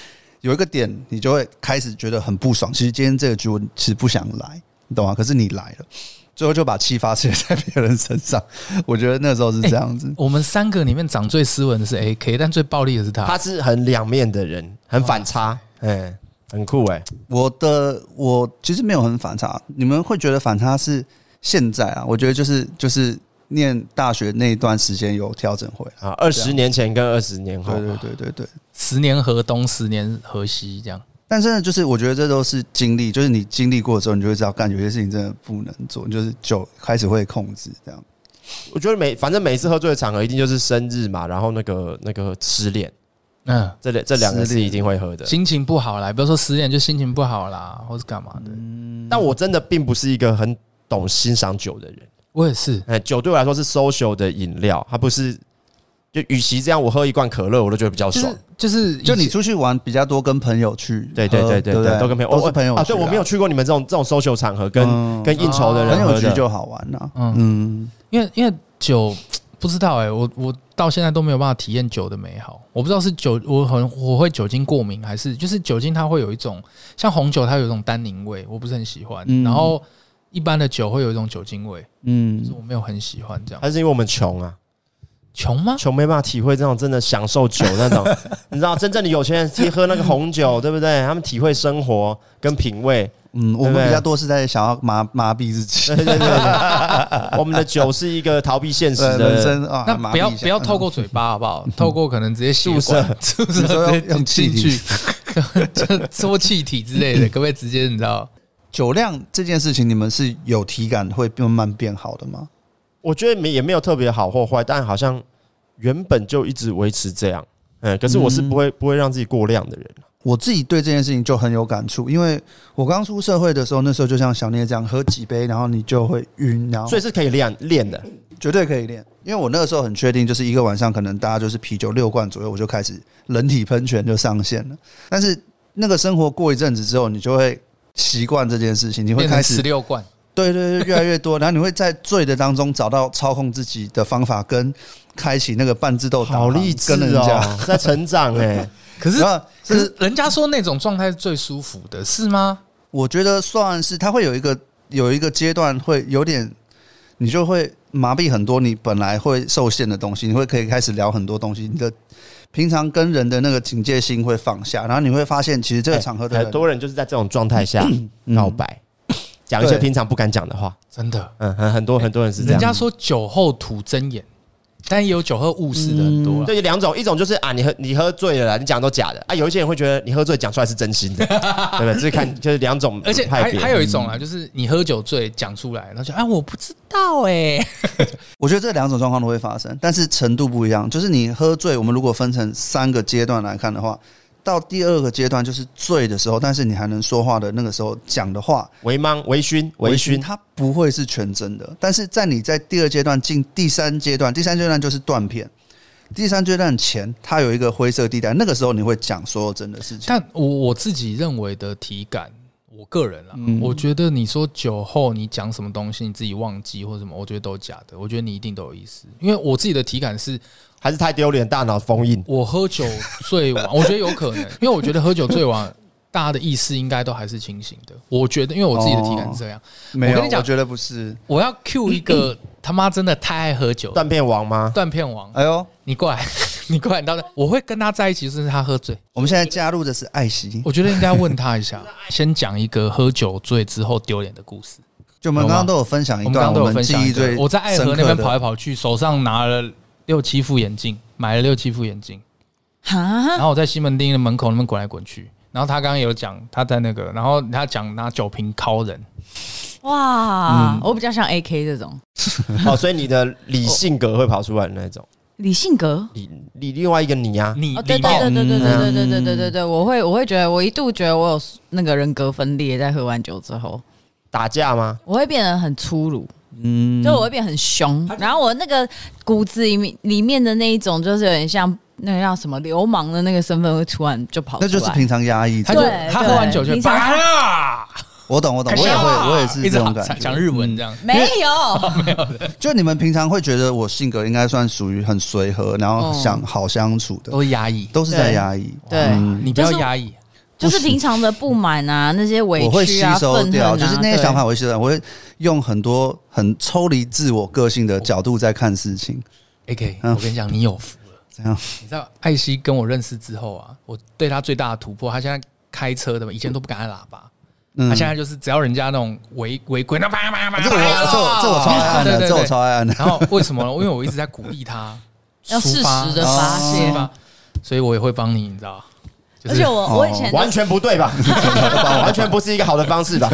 Speaker 4: 有一个点你就会开始觉得很不爽。其实今天这个局我其实不想来，你懂吗？可是你来了，最后就把气发泄在别人身上。我觉得那时候是这样子，
Speaker 3: 我们三个里面长最斯文的是 AK，但最暴力的是他。
Speaker 2: 他是很两面的人，很反差，
Speaker 4: 哦
Speaker 2: 哎，很酷哎，
Speaker 4: 我的我其实没有很反差，你们会觉得反差是现在啊？我觉得就是就是念大学那一段时间有调整回来。
Speaker 2: 啊，二十年前跟二十年后
Speaker 4: 对，对对对对，
Speaker 3: 十年河东，十年河西，这样。
Speaker 4: 但真的就是，我觉得这都是经历，就是你经历过之后，你就会知道，干有些事情真的不能做，你就是酒开始会控制这样。
Speaker 2: 我觉得每反正每次喝醉的场合一定就是生日嘛，然后那个那个失恋，
Speaker 3: 嗯，
Speaker 2: 这两这两个
Speaker 4: 失
Speaker 2: 是
Speaker 4: 恋
Speaker 2: 一定会喝的。
Speaker 3: 心情不好啦，不要说失恋，就心情不好啦，或是干嘛的。
Speaker 2: 但我真的并不是一个很懂欣赏酒的人，
Speaker 3: 我也是，
Speaker 2: 哎，酒对我来说是 social 的饮料，它不是。就与其这样，我喝一罐可乐，我都觉得比较
Speaker 3: 就
Speaker 2: 爽
Speaker 3: 是。就是以前，
Speaker 4: 就你出去玩比较多，跟朋友去喝，
Speaker 2: 对对对对
Speaker 4: 不
Speaker 2: 对，都跟朋友，
Speaker 4: 都
Speaker 2: 我
Speaker 4: 是朋友
Speaker 2: 啊。
Speaker 4: 去
Speaker 2: 对，我没有去过你们这种这种 social 场合，跟
Speaker 4: 嗯
Speaker 2: 跟应酬的人
Speaker 4: 朋
Speaker 2: 喝
Speaker 4: 友
Speaker 2: 的
Speaker 4: 局就好玩啦。嗯，
Speaker 3: 因为因为酒不知道哎、我我到现在都没有办法体验酒的美好。我不知道是酒，我很我会酒精过敏，还是就是酒精它会有一种像红酒它有一种单宁味，我不是很喜欢。
Speaker 4: 嗯
Speaker 3: 然后一般的酒会有一种酒精味，
Speaker 4: 嗯
Speaker 3: 就是我没有很喜欢这样。
Speaker 2: 还是因为我们穷啊，
Speaker 3: 穷吗？
Speaker 2: 穷没办法体会这种真的享受酒那种，
Speaker 4: *laughs*
Speaker 2: 你知道，真正的有钱人去喝那个红酒，对不对？他们体会生活跟品味。
Speaker 4: 嗯，我
Speaker 2: 对不对
Speaker 4: 们比较多是在想要麻麻痹
Speaker 2: *laughs*
Speaker 4: 自己
Speaker 2: 对，对对对，
Speaker 4: *laughs*
Speaker 2: 我们的酒是一个逃避现实
Speaker 4: 呃，人
Speaker 2: 的，
Speaker 4: 生啊，
Speaker 3: 那
Speaker 4: 麻痹
Speaker 3: 不要
Speaker 4: 一下
Speaker 3: 不要透。过嘴巴好不好？透过可能直接血
Speaker 4: *laughs*
Speaker 3: 管注射
Speaker 4: 你说要
Speaker 3: 直接
Speaker 4: 用气
Speaker 3: 进
Speaker 4: 体
Speaker 3: 去， *laughs* 就就做气体之类的，
Speaker 4: *laughs*
Speaker 3: 可不可以直接你知道？
Speaker 4: 酒量这件事情，你们是有体感会慢慢变好的吗？
Speaker 2: 我觉得没也没有特别好或坏，但好像原本就一直维持这样。嗯，可是我是不会不会让自己过量的人。
Speaker 4: 我自己对这件事情就很有感触，因为我刚出社会的时候，那时候就像小聂这样，喝几杯，然后你就会晕，然后
Speaker 2: 所以是可以练练的。
Speaker 4: 绝对可以练。因为我那个时候很确定，就是一个晚上可能大家就是啤酒六罐左右，我就开始人体喷泉就上线了。但是那个生活过一阵子之后，你就会习惯这件事情，你会
Speaker 3: 变
Speaker 4: 开
Speaker 3: 成
Speaker 4: 始
Speaker 3: 十六罐，
Speaker 4: 对对对，越来越多，然后你会在醉的当中找到操控自己的方法，跟开启那个半自动导航
Speaker 2: 好励志
Speaker 4: 跟人家。
Speaker 2: 哦，在成长
Speaker 4: *laughs*
Speaker 2: 哎。
Speaker 3: 可是
Speaker 4: 然后
Speaker 3: 可是人家说那种状态是最舒服的，是吗？
Speaker 4: 我觉得算是它会有一个有一个阶段会有点，你就会麻痹很多你本来会受限的东西，你会可以开始聊很多东西，你的平常跟人的那个警戒心会放下，然后你会发现其实这个场合的
Speaker 2: 很
Speaker 4: 人
Speaker 2: 多人就是在这种状态下
Speaker 4: 嗯
Speaker 2: 告白，讲一些
Speaker 4: 对
Speaker 2: 平常不敢讲的话。
Speaker 3: 真的，
Speaker 2: 嗯，很很多很多人是这样。
Speaker 3: 人家说酒后吐真言，但也有酒后误事的很多啦。
Speaker 2: 对，有两种，一种就是啊，你喝你喝醉了啦，你讲的都假的啊。有一些人会觉得你喝醉讲出来是真
Speaker 4: *laughs*
Speaker 2: 心的，对不对？这是看就是两种
Speaker 3: 而且
Speaker 2: 派
Speaker 3: 还
Speaker 2: 别。
Speaker 3: 还有一种啊，就是你喝酒醉讲出来，然后就啊我不知道哎、
Speaker 2: 嗯
Speaker 4: 我觉得这两种状况都会发生，但是程度不一样。就是你喝醉，我们如果分成三个阶段来看的话，到第二个阶段就是醉的时候，但是你还能说话的那个时候讲的话，
Speaker 2: 微茫、微醺、微醺，
Speaker 4: 它不会是全真的。但是在你在第二阶段进第三阶段，第三阶段就是断片。第三阶段前，它有一个灰色地带，那个时候你会讲所有真的事情。
Speaker 3: 但我我自己认为的体感，我个人啦，
Speaker 4: 嗯
Speaker 3: 我觉得你说酒后你讲什么东西你自己忘记或什么，我觉得都假的。我觉得你一定都有意思，因为我自己的体感是
Speaker 2: 还是太丢脸，大脑封印。
Speaker 3: 我喝酒醉
Speaker 2: *laughs*
Speaker 3: 完，我觉得有可能，因为我觉得喝酒醉完，大家的意识应该都还是清醒的。我觉得，因为我自己的体感是这样。
Speaker 4: 没有，
Speaker 3: 我跟你
Speaker 4: 我
Speaker 3: 讲
Speaker 4: 觉得不是。
Speaker 3: 我要 Q 一个他妈真的太爱喝酒，断
Speaker 2: 断片王
Speaker 3: *laughs*
Speaker 2: 吗？
Speaker 3: 断片王，
Speaker 4: 哎呦，
Speaker 3: 你过来， *laughs* 你过来，你到这，我会跟他在一起，就是他喝醉。
Speaker 4: 我们现在加入的是艾希，
Speaker 3: 我觉得应该问他一
Speaker 4: *laughs*
Speaker 3: 下，先讲一个喝酒醉之后丢脸的故事。
Speaker 4: 就我们刚刚都有分享
Speaker 3: 我
Speaker 4: 啊一
Speaker 3: 们刚刚
Speaker 4: 段
Speaker 3: 都有
Speaker 4: 们
Speaker 3: 分
Speaker 4: 记
Speaker 3: 享一
Speaker 4: 忆
Speaker 3: 个
Speaker 4: 最，
Speaker 3: 我在爱河那
Speaker 4: 深刻
Speaker 3: 边
Speaker 4: 的
Speaker 3: 跑来跑去，手上拿了六七副眼镜，买了六七副眼镜。然
Speaker 5: 哈，
Speaker 3: 后我在西门町的门口那边滚来滚去。然后他刚刚有讲他在那个，然后他讲拿酒瓶敲人，
Speaker 5: 哇，
Speaker 4: 嗯
Speaker 5: 我比较像 AK 这种
Speaker 2: 哦，所以你的理性格会跑出来的那种，
Speaker 5: 理性格。
Speaker 2: 理理另外一个你啊，
Speaker 3: 你
Speaker 5: 哦，对
Speaker 3: 里
Speaker 5: 对对
Speaker 3: 面
Speaker 5: 对对
Speaker 4: 嗯
Speaker 5: 对对对对对对对，我会我会觉得，我一度觉得我有那个人格分裂，在喝完酒之后，
Speaker 2: 打架吗？
Speaker 5: 我会变得很粗鲁，
Speaker 4: 嗯
Speaker 5: 就我会变得很凶，然后我那个骨子里面里面的那一种，就是有点像那个叫什么流氓的那个身份会突然就跑
Speaker 4: 那
Speaker 5: 出来，
Speaker 4: 就是平常压抑。
Speaker 3: 他就
Speaker 5: 对
Speaker 3: 他
Speaker 5: 对
Speaker 3: 喝完酒就
Speaker 5: 平常
Speaker 3: 拔啦，
Speaker 4: 我哦懂，我懂，我也会，我也是
Speaker 3: 啊一
Speaker 4: 这
Speaker 3: 直
Speaker 4: 种
Speaker 3: 好
Speaker 4: 感觉。嗯
Speaker 3: 讲日文这样。
Speaker 5: 没有，
Speaker 4: 就你们平常会觉得我性格应该算属于很随和，然
Speaker 3: 哦
Speaker 4: 后想好相处的，
Speaker 3: 都压抑，
Speaker 4: 都是在压抑。
Speaker 5: 对，
Speaker 3: 你不要压抑，
Speaker 5: 就是平常的不满啊，那些委
Speaker 4: 我会
Speaker 5: 屈
Speaker 4: 吸
Speaker 5: 啊、
Speaker 4: 收
Speaker 5: 愤恨
Speaker 4: 掉，
Speaker 5: 啊，
Speaker 4: 就是那些
Speaker 5: 对
Speaker 4: 想法，我会吸收掉。我会用很多很抽离自我个性的角度在看事情。
Speaker 3: A K，
Speaker 4: 嗯
Speaker 3: 我跟你讲，你有福了。
Speaker 4: 怎样？
Speaker 3: 你知道艾希跟我认识之后啊，我对他最大的突破，他现在开车的嘛，以前都不敢按喇叭，
Speaker 4: 嗯啊
Speaker 3: 他现在就是只要人家那种违违规，那啪啪啪啪，
Speaker 4: 这个我这我这我超爱按
Speaker 3: 对
Speaker 4: 的，
Speaker 3: 对
Speaker 4: 这我
Speaker 3: 对
Speaker 4: 超爱按的。
Speaker 3: 然后为什么呢？因为我一直在鼓励他
Speaker 5: *laughs* 要
Speaker 3: 抒
Speaker 5: 适
Speaker 3: 发
Speaker 5: 时的发泄
Speaker 3: 抒发所以我也会帮你，你知道。就
Speaker 5: 而
Speaker 3: 是
Speaker 5: 且我我以
Speaker 4: 哦
Speaker 5: 前
Speaker 2: 哦
Speaker 5: 都
Speaker 2: 完全不对吧？完全不是一个好的方式吧？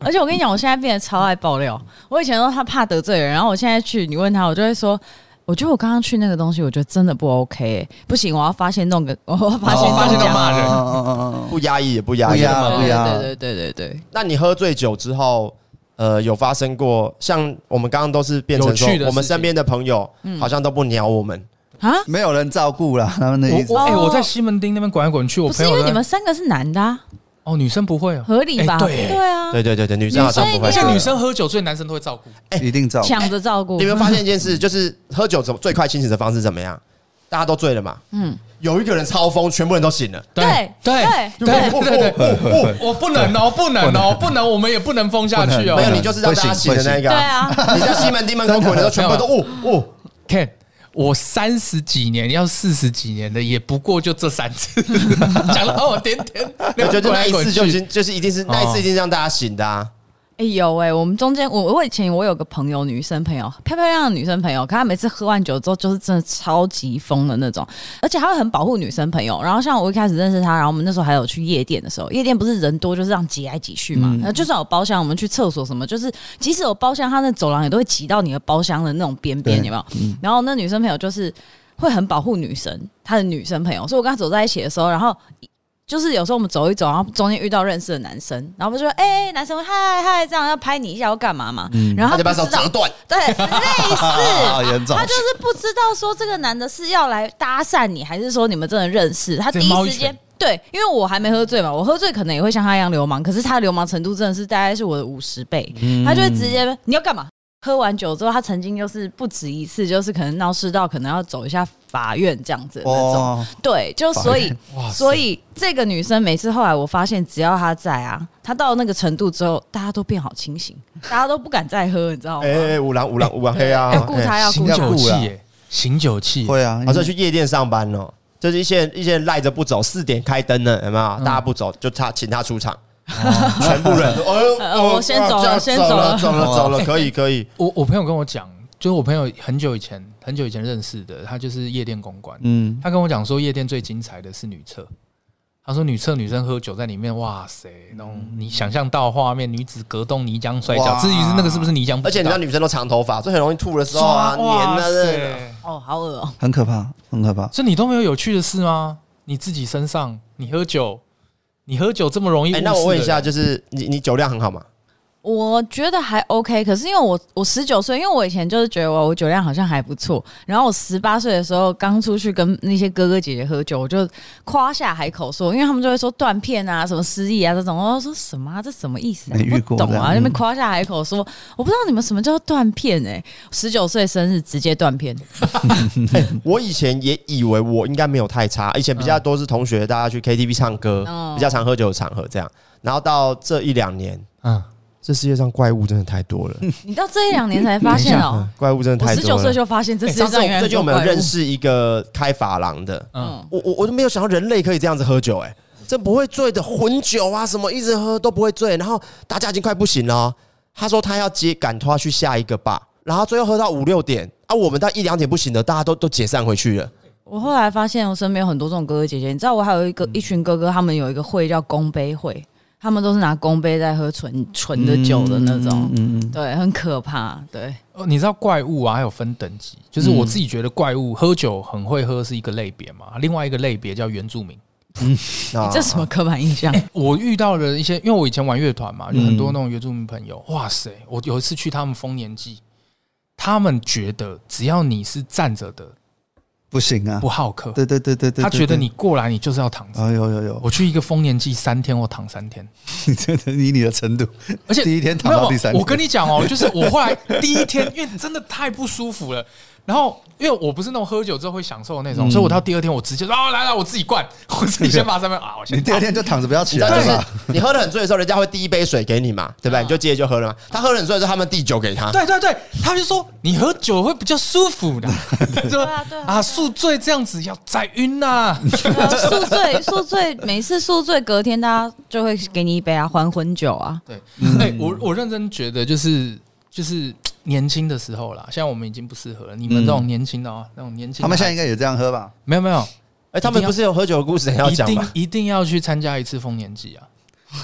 Speaker 5: 而且我跟你讲，我现在变得超爱爆料。我以前都他怕得罪人，然后我现在去，你问他，我就会说。我觉得我刚刚去那个东西，我觉得真的不 OK，、欸、不行，我要发现弄个， *laughs* 我要发现
Speaker 3: 哦发现
Speaker 5: 弄
Speaker 3: 弄
Speaker 5: 家
Speaker 3: 骂人
Speaker 4: 嗯嗯嗯嗯嗯
Speaker 2: 不压抑也不压
Speaker 4: 不
Speaker 2: 抑。
Speaker 4: 压
Speaker 5: 对
Speaker 4: 不压
Speaker 5: 对对对对对
Speaker 2: 那你喝醉酒之后，呃，有发生过像我们刚刚都是变成说
Speaker 3: 有趣的，事
Speaker 2: 我们身边的朋友
Speaker 5: 嗯
Speaker 2: 好像都不鸟我们，
Speaker 5: 对啊！
Speaker 4: 没有人照顾啦，他们的意思
Speaker 3: 我我。哎，
Speaker 5: 哦
Speaker 3: 我在西门町那边滚来滚去，我
Speaker 5: 不是
Speaker 3: 朋
Speaker 5: 因
Speaker 3: 友
Speaker 5: 为
Speaker 3: 在
Speaker 5: 你们三个是男的、啊，
Speaker 3: 哦，女生不会哦，
Speaker 5: 合理吧？
Speaker 3: 哎对
Speaker 5: 啊，
Speaker 2: 对对对对，女生好像不会
Speaker 5: 女
Speaker 3: 而
Speaker 5: 生
Speaker 3: 且
Speaker 5: 一定要
Speaker 3: 女生喝酒醉，男生都会照顾。
Speaker 4: 一定照顾。
Speaker 5: 抢着照顾。
Speaker 2: 你有没有发现一件事？就是喝酒怎么最快清醒的方式怎么样？大家都醉了嘛，
Speaker 5: 嗯，
Speaker 2: 有一个人超疯，全部人都醒了。
Speaker 5: 对
Speaker 3: 对
Speaker 5: 对对
Speaker 3: 对对对，我我不能哦，不能哦，不能，我们也不能封下去哦。
Speaker 2: 没有，你就是让大家醒的那
Speaker 5: 对
Speaker 2: 个啊。*laughs*
Speaker 5: 啊，
Speaker 2: 你在西门町门口滚的时候，全部都哦哦，
Speaker 3: Ken，我三十几年要四十几年的，也不过就这三次，
Speaker 5: *laughs*
Speaker 3: 讲到我天天，
Speaker 2: 我觉得那一次就已
Speaker 3: 是
Speaker 2: 经就是一定是那一次一定让大家醒的啊。
Speaker 5: 哎、有哎、我们中间我我以前我有个朋友，女生朋友，漂漂亮亮的女生朋友，可她每次喝完酒之后就是真的超级疯的那种，而且她会很保护女生朋友。然后像我一开始认识她，然后我们那时候还有去夜店的时候，夜店不是人多就是这样挤来挤去嘛，然后就算有包厢，我们去厕所什么，就是即使有包厢，她那走廊也都会挤到你的包厢的那种边边，有
Speaker 4: 对
Speaker 5: 没有？然后那女生朋友就是会很保护女生，她的女生朋友，所以我跟她走在一起的时候，然后就是有时候我们走一走，然后中间遇到认识的男生，然后我们就说：“哎、男生嗨嗨，这样要拍你一下，要干嘛嘛？”然
Speaker 2: 嗯他
Speaker 5: 后
Speaker 2: 就
Speaker 5: 他
Speaker 2: 把
Speaker 5: 啊不
Speaker 2: 手
Speaker 5: 知道哦
Speaker 2: 折，断， *laughs*
Speaker 5: 对，类
Speaker 4: 啊，
Speaker 5: 似。
Speaker 4: 严重
Speaker 5: 他。就是不知道说这个男的是要来搭讪你，还是说你们真的认识？他第
Speaker 3: 直接
Speaker 5: 一
Speaker 3: 猫一
Speaker 5: 时间
Speaker 3: 拳
Speaker 5: 对，因为我还没喝醉嘛，我喝醉可能也会像他一样流氓，可是他的流氓程度真的是大概是我的五十倍，
Speaker 3: 嗯
Speaker 5: 他就会直接你要干嘛？喝完酒之后，他曾经就是不止一次，就是可能闹事到可能要走一下法院这样子的那种。
Speaker 4: 哦，
Speaker 5: 对，就所以
Speaker 3: 哇塞
Speaker 5: 所以这个女生每次后来我发现，只要她在啊，她到那个程度之后，大家都变好清醒，大家都不敢再喝，你知道吗？
Speaker 2: 哎哎，五郎五郎五郎黑啊，
Speaker 5: 要顾她，要顾
Speaker 3: 醒
Speaker 4: 要
Speaker 5: 她
Speaker 3: 酒
Speaker 4: 顾。
Speaker 3: 器
Speaker 4: 啦
Speaker 3: 耶，醒酒器。
Speaker 4: 会啊，
Speaker 2: 好像去夜店上班哦，就是一些人一些人赖着不走，四点开灯了，有没有？大家不走，就他请他出场，全部
Speaker 5: *laughs*
Speaker 2: 人，
Speaker 5: 呃
Speaker 2: 哦
Speaker 5: 我先走了先
Speaker 2: 走
Speaker 5: 走
Speaker 2: 了，
Speaker 5: 了
Speaker 2: 走了， *laughs* 走了，可以，可以。
Speaker 3: 我我朋友跟我讲，就是我朋友很久以前很久以前认识的，他就是夜店公关。
Speaker 4: 嗯，
Speaker 3: 他跟我讲说，夜店最精彩的是女厕。他说女厕女生喝酒在里面，哇塞，那种你想象到的画面，女子格斗泥浆摔跤。
Speaker 4: 哇
Speaker 3: 至于是那个是不是泥浆不知道，
Speaker 2: 而且你知道女生都长头发，所以很容易吐的时候啊，
Speaker 3: 抓
Speaker 2: 黏
Speaker 3: 哇
Speaker 2: 的那个。
Speaker 3: 塞，
Speaker 5: 哦，好恶哦、
Speaker 4: 很可怕，很可怕。
Speaker 3: 所以你都没有有趣的事吗？你自己身上，你喝酒，你喝酒这么容易、
Speaker 2: 哎，那我问一下，，就是你你酒量很好吗？
Speaker 5: 我觉得还 OK，可是因为我我十九岁，因为我以前就是觉得我我酒量好像还不错，然后我十八岁的时候刚出去跟那些哥哥姐姐喝酒，我就夸下海口说，因为他们就会说断片啊、什么失忆啊这种，我就说什么、啊、这什么意思、啊？
Speaker 4: 没遇过
Speaker 5: 不懂啊，
Speaker 4: 这样
Speaker 5: 那边夸下海口说，我不知道你们什么叫断片哎、欸，十九岁生日直接断片，
Speaker 2: 我以前也以为我应该没有太差，以前比较多是同学大家去 KTV 唱歌，
Speaker 5: 嗯
Speaker 2: 比较常喝酒的场合这样。然后到这一两年，
Speaker 3: 嗯，
Speaker 2: 这世界上怪物真的太多了，嗯
Speaker 5: 你到这一两年才发现
Speaker 4: 嗯
Speaker 5: 哦、
Speaker 2: 怪物真的
Speaker 5: 我
Speaker 2: 太
Speaker 5: 十
Speaker 2: 多了。
Speaker 5: 九岁就发现这
Speaker 2: 欸
Speaker 5: 世界
Speaker 4: 哎
Speaker 2: 上次
Speaker 5: 上
Speaker 2: 我
Speaker 5: 原来
Speaker 2: 最近我们有
Speaker 5: 有
Speaker 2: 认，识一个开发廊的，哦
Speaker 5: 嗯，
Speaker 2: 我我我都没有想到人类可以这样子喝酒、欸，哎，这不会醉的混酒啊，什么一直喝都不会醉，然后大家已经快不行了哦、他说他要接赶他去下一个吧，然后最后喝到五六点啊，我们到一两点不行了，大家都都解散回去了。
Speaker 5: 我后来发现我身边有很多这种哥哥姐姐，你知道我还有一个、一群哥哥，他们有一个会叫公杯会，他们都是拿公杯在喝纯纯的酒的那种，
Speaker 4: 嗯嗯，
Speaker 5: 对，很可怕，对，
Speaker 3: 哦，你知道怪物啊，还有分等级，就是
Speaker 2: 嗯
Speaker 3: 我自己觉得怪物喝酒很会喝是一个类别嘛，另外一个类别叫原住民。
Speaker 4: 嗯
Speaker 2: 啊
Speaker 5: 这什么刻板印象？
Speaker 3: 我遇到了一些，因为我以前玩乐团
Speaker 4: 嗯
Speaker 3: 嘛，有很多那种原住民朋友。哇塞！我有一次去他们丰年祭，他们觉得只要你是站着的，
Speaker 4: 不行啊
Speaker 3: 不，好客，
Speaker 4: 对对对对对，
Speaker 3: 他觉得
Speaker 4: 对
Speaker 3: 你，过来你就是要躺着。
Speaker 4: 哎呦呦呦，
Speaker 3: 我去一个丰年祭三天，我躺三天，
Speaker 4: 你真的以你的程度，
Speaker 3: 而且
Speaker 4: 第一天躺到第三
Speaker 3: 没有
Speaker 4: 天，
Speaker 3: 我跟你讲哦，就是我后来第一天，因为真的太不舒服了。然后，因为我不是那种喝酒之后会享受的
Speaker 4: 嗯
Speaker 3: 那种，所以我到第二天我直接说啊，来来，我自己灌，我自己先把上面啊，我先
Speaker 4: 你第二天就躺着不要
Speaker 2: 你
Speaker 4: 起
Speaker 2: 知道
Speaker 4: 来
Speaker 2: 就
Speaker 4: 了
Speaker 2: 是
Speaker 4: 吧？
Speaker 2: 你喝的很醉的时候，人家会递一杯水给你嘛，对不对？你就接着就喝了嘛。他喝得很醉的时候，他们递酒给他，
Speaker 3: 对对对，他就说你喝酒会比较舒服
Speaker 4: *laughs*
Speaker 3: 的，就
Speaker 5: 啊对啊
Speaker 3: 啊宿醉这样子要再晕呐，
Speaker 4: 嗯
Speaker 5: 对啊宿醉，宿醉，每次宿醉隔天大家就会给你一杯啊，还魂酒啊。
Speaker 3: 对，
Speaker 4: 嗯
Speaker 3: 哎、我我认真觉得就是就是年轻的时候啦，现在我们已经不适合了。你们这种年轻的哦，那种年轻的
Speaker 4: 他们现在应
Speaker 3: 孩子
Speaker 4: 该也这样喝吧？
Speaker 3: 没有没有，
Speaker 2: 哎，他们不是有喝酒的故事要
Speaker 3: 一
Speaker 2: 讲
Speaker 3: 定
Speaker 2: 吗？
Speaker 3: 一定要去参加一次丰年祭啊！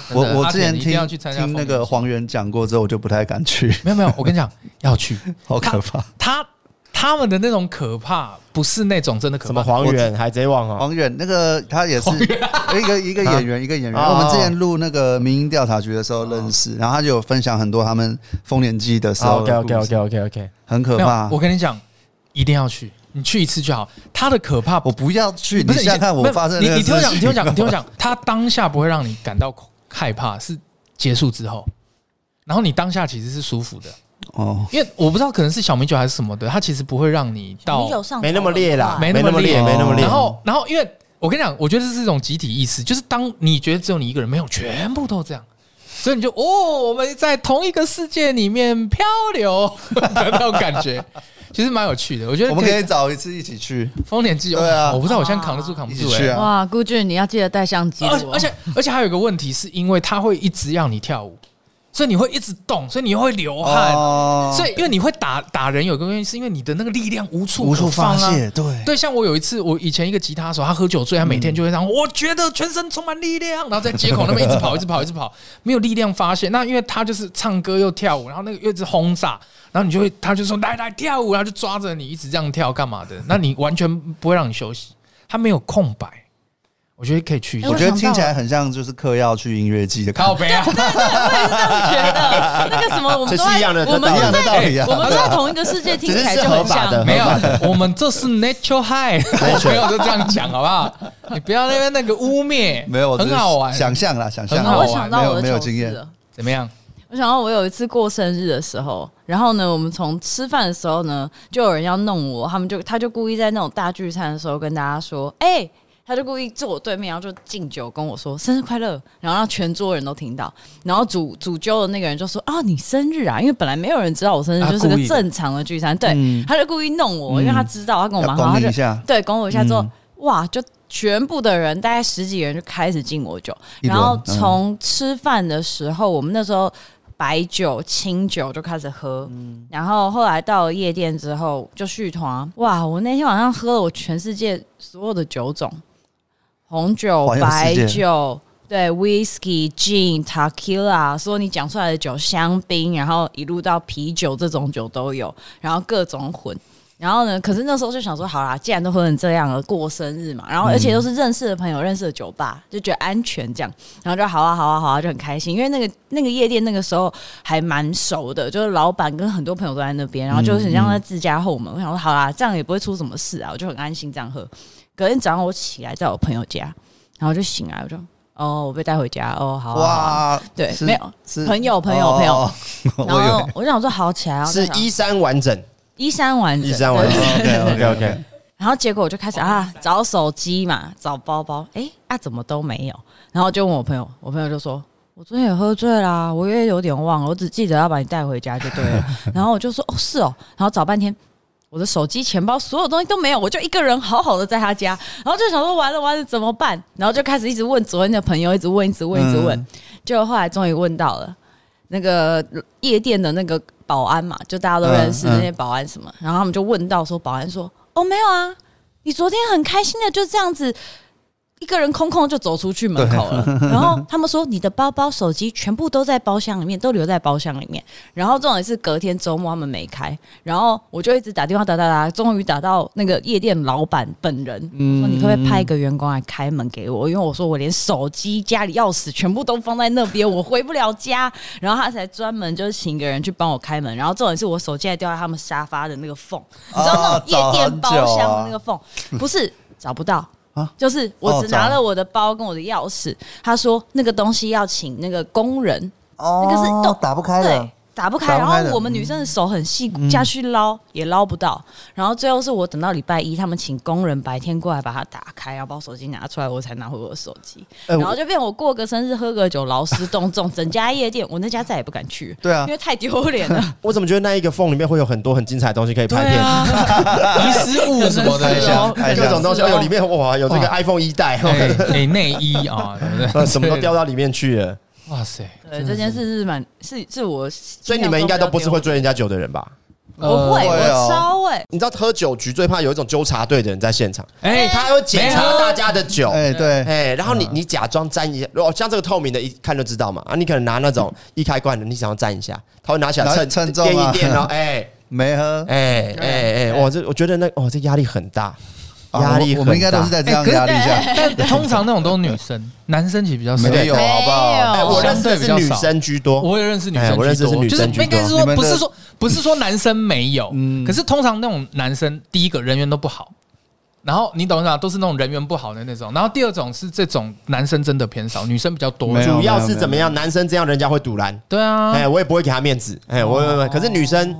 Speaker 3: 真
Speaker 4: 我
Speaker 3: 的
Speaker 4: 我
Speaker 3: 阿
Speaker 4: 之
Speaker 3: 田
Speaker 4: 前
Speaker 3: 你一
Speaker 4: 听
Speaker 3: 定要去参加
Speaker 4: 听那
Speaker 3: 丰年
Speaker 4: 个
Speaker 3: 祭
Speaker 4: 黄源讲过之后，我就不太敢去， *laughs*
Speaker 3: 没有没有，我跟你讲 *laughs* 要去，
Speaker 4: 好可怕。
Speaker 3: 他他们的那种可怕不是那种真的可
Speaker 2: 什么
Speaker 3: 怕，
Speaker 2: 黄远、海贼王啊？
Speaker 4: 黄远那个他也是一个一个演
Speaker 3: 啊
Speaker 4: 员，一个演员。
Speaker 2: 哦
Speaker 4: 我们之前录那个民营调查局的时候认
Speaker 3: 哦
Speaker 4: 识，然后他就有分享很多他们丰年祭的时候的
Speaker 2: OK
Speaker 4: 故
Speaker 2: OK
Speaker 4: 事
Speaker 2: OK OK OK，
Speaker 4: 很可
Speaker 3: 啊没有
Speaker 4: 怕。
Speaker 3: 我跟你讲，一定要去，你去一次就好。他的可怕
Speaker 4: 我不要去，
Speaker 3: 不
Speaker 4: 你
Speaker 3: 是
Speaker 4: 现在看我发生的
Speaker 3: 你
Speaker 4: 那个
Speaker 3: 你听我讲，
Speaker 4: 事
Speaker 3: 你
Speaker 4: 情
Speaker 3: 听
Speaker 4: *laughs*
Speaker 3: 我讲，你听我讲，他当下不会让你感到害怕，是结束之后，然后你当下其实是舒服的，
Speaker 4: 哦，
Speaker 3: 因为我不知道可能是小米酒还是什么的，它其实不会让你到
Speaker 5: 米酒上头
Speaker 2: 没那么烈啦，
Speaker 3: 没
Speaker 2: 没
Speaker 3: 那
Speaker 2: 那
Speaker 3: 么
Speaker 2: 么
Speaker 3: 烈哦
Speaker 2: 烈，没那么烈。
Speaker 3: 然后，然后，因为我跟你讲，我觉得这是一种集体意识，就是当你觉得只有你一个人，没有，全部都这样，所以你就哦，我们在同一个世界里面漂流的那种感觉，其实蛮有趣的。我觉得
Speaker 4: 我们可以找一次一起去，
Speaker 3: 丰年祭，
Speaker 4: 对啊
Speaker 3: 我不知道我现在扛得住扛不
Speaker 4: 一
Speaker 3: 住、
Speaker 4: 起
Speaker 3: 欸，
Speaker 4: 去啊！
Speaker 5: 哇，顾俊，你要记得带相机、哦
Speaker 3: 而且而且而且还有一个问题，是因为它会一直让你跳舞，所以你会一直动，所以你会流汗，
Speaker 4: 哦
Speaker 3: 所以因为你会打打人，有个原因是因为你的那个力量无处
Speaker 4: 无处
Speaker 3: 可放
Speaker 4: 发
Speaker 3: 啊
Speaker 4: 泄，对，
Speaker 3: 对，像我有一次，我以前一个吉他手，他喝酒醉，他每天就会这样，我觉得全身充满力量，然后在街口那边一直跑，一直跑，一直跑，没有力量发泄。那因为他就是唱歌又跳舞，然后那个又一直轰炸，然后你就会，他就说来来跳舞，然后就抓着你一直这样跳干嘛的？那你完全不会让你休
Speaker 4: *laughs*
Speaker 3: 息，他没有空白，我觉得可以去一下
Speaker 4: 我。觉得
Speaker 5: 我想到
Speaker 4: 听起来很像就是嗑药去音乐季的感
Speaker 3: 靠
Speaker 4: 觉，
Speaker 3: 背啊！
Speaker 5: 觉得那个什么，我们
Speaker 2: 这是
Speaker 5: 都
Speaker 2: 一
Speaker 5: 在
Speaker 2: 样的
Speaker 5: 我们
Speaker 4: 一
Speaker 5: 都
Speaker 4: 样的道
Speaker 5: 在
Speaker 4: 理啊
Speaker 5: 我们都在同一个世界，听起来
Speaker 2: 只是
Speaker 5: 就是
Speaker 2: 合
Speaker 5: 很
Speaker 2: 法
Speaker 5: 像。
Speaker 2: 的
Speaker 3: 没有，我们这是 natural high，我没有就这样讲好不好？你不要那边那个污蔑，
Speaker 4: 没有，我只
Speaker 3: 很
Speaker 4: 是
Speaker 3: 好玩，
Speaker 4: 想象啦，想象
Speaker 3: 很
Speaker 5: 啊
Speaker 3: 好
Speaker 5: 我
Speaker 3: 玩
Speaker 5: 想到
Speaker 4: 没
Speaker 5: 我的
Speaker 4: 有没有
Speaker 5: 糗事
Speaker 4: 经验
Speaker 5: 了
Speaker 3: 怎么样？
Speaker 5: 我想到我有一次过生日的时候，然后呢，我们从吃饭的时候呢，就有人要弄我，他们就他就故意在那种大聚餐的时候跟大家说，哎、他就故意坐我对面，然后就敬酒跟我说生日快乐，然后让全桌人都听到。然后主主揪的那个人就说啊，你生日啊，因为本来没有人知道我生日，
Speaker 3: 他
Speaker 5: 就是个
Speaker 3: 故意的嗯
Speaker 5: 正常的聚餐，对，他就故意弄我，因为他知道他跟我哦蛮
Speaker 4: 要
Speaker 5: 好，
Speaker 4: 拱
Speaker 5: 他
Speaker 4: 你
Speaker 5: 就
Speaker 4: 一下
Speaker 5: 对拱我一下之后，
Speaker 4: 嗯
Speaker 5: 哇，就全部的人大概十几个人就开始敬我酒，
Speaker 4: 一
Speaker 5: 然
Speaker 4: 轮
Speaker 5: 后
Speaker 4: 嗯
Speaker 5: 从吃饭的时候，我们那时候白酒、清酒就开始喝，
Speaker 4: 嗯
Speaker 5: 然后后来到了夜店之后就续团。哇，我那天晚上喝了我全世界所有的酒种，红酒、
Speaker 4: 环游世
Speaker 5: 白
Speaker 4: 界
Speaker 5: 酒。对，whisky、gin、tequila，所有你讲出来的酒，香槟，然后一路到啤酒这种酒都有，然后各种混。然后呢，可是那时候就想说，好啦，既然都喝成这样了，过生日嘛，然后而且都是认识的朋友、认识的酒吧，就觉得安全这样，然后就好啊好啊好啊，就很开心，因为那个那个夜店那个时候还蛮熟的，就是老板跟很多朋友都在那边，然后就是很像在自家后门，我想说好啦，这样也不会出什么事啊，我就很安心这样喝。隔天早上我起来，在我朋友家，然后就醒来，我就哦，我被带回家，哦好啊、好啊
Speaker 4: 哇，
Speaker 5: 对
Speaker 4: 是
Speaker 5: 没有
Speaker 4: 是
Speaker 5: 朋友朋友
Speaker 4: 哦
Speaker 5: 朋友
Speaker 4: 哦 *laughs* 哦
Speaker 5: 然后我就想说好起来，然啊后
Speaker 2: 是
Speaker 5: 就想
Speaker 2: 衣衫完整，
Speaker 5: 衣衫完整，
Speaker 2: 衣衫完
Speaker 5: 对
Speaker 2: 整。OK
Speaker 4: OK，OK，OK
Speaker 2: OK，
Speaker 5: 然后结果我就开始啊找手机嘛，找包包，诶，啊怎么都没有，然后就问我朋友，我朋友就说。我昨天也喝醉啦，我也有点忘了，我只记得要把你带回家就对了。然后我就说哦是哦，然后找半天，我的手机、钱包所有东西都没有，我就一个人好好的在他家，然后就想说完了完了怎么办？然后就开始一直问昨天的朋友，一直问一直问一直问，结果后来终于问到了那个夜店的那个保安嘛，就大家都认识
Speaker 4: 嗯嗯
Speaker 5: 那些保安什么，然后他们就问到说保安说哦没有啊，你昨天很开心的就这样子一个人空空就走出去门口了。 *laughs* 然后他们说你的包包、手机全部都在包厢里面，都留在包厢里面。然后这种也是隔天周末他们没开，然后我就一直打电话打打打，终于打到那个夜店老板本人，说你可不可以派一个员工来开门给我？因为我说我连手机、家里钥匙全部都放在那边，我回不了家。然后他才专门就是请一个人去帮我开门。然后这种也是我手机还掉在他们沙发的那个缝，你知道那种夜店包厢的那个缝，不是找不到。
Speaker 4: 啊
Speaker 5: 就是我
Speaker 4: 哦
Speaker 5: 只
Speaker 4: 找
Speaker 5: 拿了我的包跟我的钥匙，他说那个东西要请那个工人，
Speaker 4: 哦
Speaker 5: 那个是动
Speaker 4: 打不开的
Speaker 5: 对。打不开，
Speaker 4: 打
Speaker 5: 然
Speaker 4: 不开的
Speaker 5: 后我们女生的手很细，下去捞也捞不到。然后最后是我等到礼拜一，他们请工人白天过来把它打开，然后把我手机拿出来，我才拿回我的手机。
Speaker 4: 哎我
Speaker 5: 然后就变我过个生日喝个酒，劳师动众，整家夜店我那家再也不敢去，
Speaker 4: 对啊
Speaker 5: 因为太丢脸了。
Speaker 2: 我怎么觉得那一个缝里面会有很多很精彩的东西可以拍片？
Speaker 4: 啊
Speaker 5: 啊
Speaker 3: 遗失物什么
Speaker 4: 看一
Speaker 3: 的
Speaker 4: 下，
Speaker 2: 各
Speaker 4: 看一下
Speaker 2: 种东西，
Speaker 3: 是哦
Speaker 2: 哎呦，里面哇，有这个 iPhone 一代，
Speaker 3: 哎哎内衣啊，对不
Speaker 2: 呃 *laughs*
Speaker 3: 对？
Speaker 2: 什么都掉到里面去
Speaker 4: *laughs*
Speaker 2: 了。
Speaker 3: 哇塞，
Speaker 5: 对，这件事是蛮是是我，所
Speaker 2: 所以你们应该都不是会，追人家酒的人吧？
Speaker 5: 我会，
Speaker 4: 呃会哦
Speaker 5: 我超会。
Speaker 2: 你知道喝酒局最怕有一种纠察队的人在现场，
Speaker 3: 哎
Speaker 2: 他会检查
Speaker 3: 没有
Speaker 2: 大家的酒，
Speaker 4: 哎，对，
Speaker 2: 哎，然后你你假装沾一下，如果像这个透明的，一看就知道嘛。啊，你可能拿那种一开罐的，你想要沾一下，他会拿起来
Speaker 4: 拿
Speaker 2: 称
Speaker 4: 称重啊
Speaker 2: 掂一掂，
Speaker 4: *laughs*
Speaker 2: 然后哎
Speaker 4: 没喝
Speaker 2: 哎哎哎，我这我觉得那哦，这压力很大，
Speaker 5: 哎
Speaker 4: 啊
Speaker 2: 压力很
Speaker 4: 我我们应该都
Speaker 2: 大
Speaker 4: 是在这样压力下，
Speaker 3: 但通常那种都是女生，男生其实比较少。
Speaker 4: *laughs* 没有好不好？
Speaker 2: 哎，我
Speaker 5: 啊
Speaker 3: 相
Speaker 2: 认识
Speaker 3: 对
Speaker 2: 的
Speaker 3: 比
Speaker 2: 是
Speaker 3: 较
Speaker 2: 女
Speaker 3: 少
Speaker 2: 生居多，
Speaker 3: 我也认识女生居
Speaker 2: 哎
Speaker 3: 多，
Speaker 2: 我认识是女生居多
Speaker 3: 就是应该是
Speaker 4: 你
Speaker 3: 说
Speaker 4: 们的
Speaker 3: 不是说不是说男生没有，
Speaker 4: 嗯
Speaker 3: 可是通常那种男生，第一个人缘都不好，然后你懂吗？都是那种人缘不好的那种，然后第二种是这种男生真的偏少，女生比较多
Speaker 4: 没。有
Speaker 2: 主要是怎么样？男生这样人家会堵拦，
Speaker 3: 对啊，
Speaker 2: 哎，我也不会给他面子，哎，我我我可是女生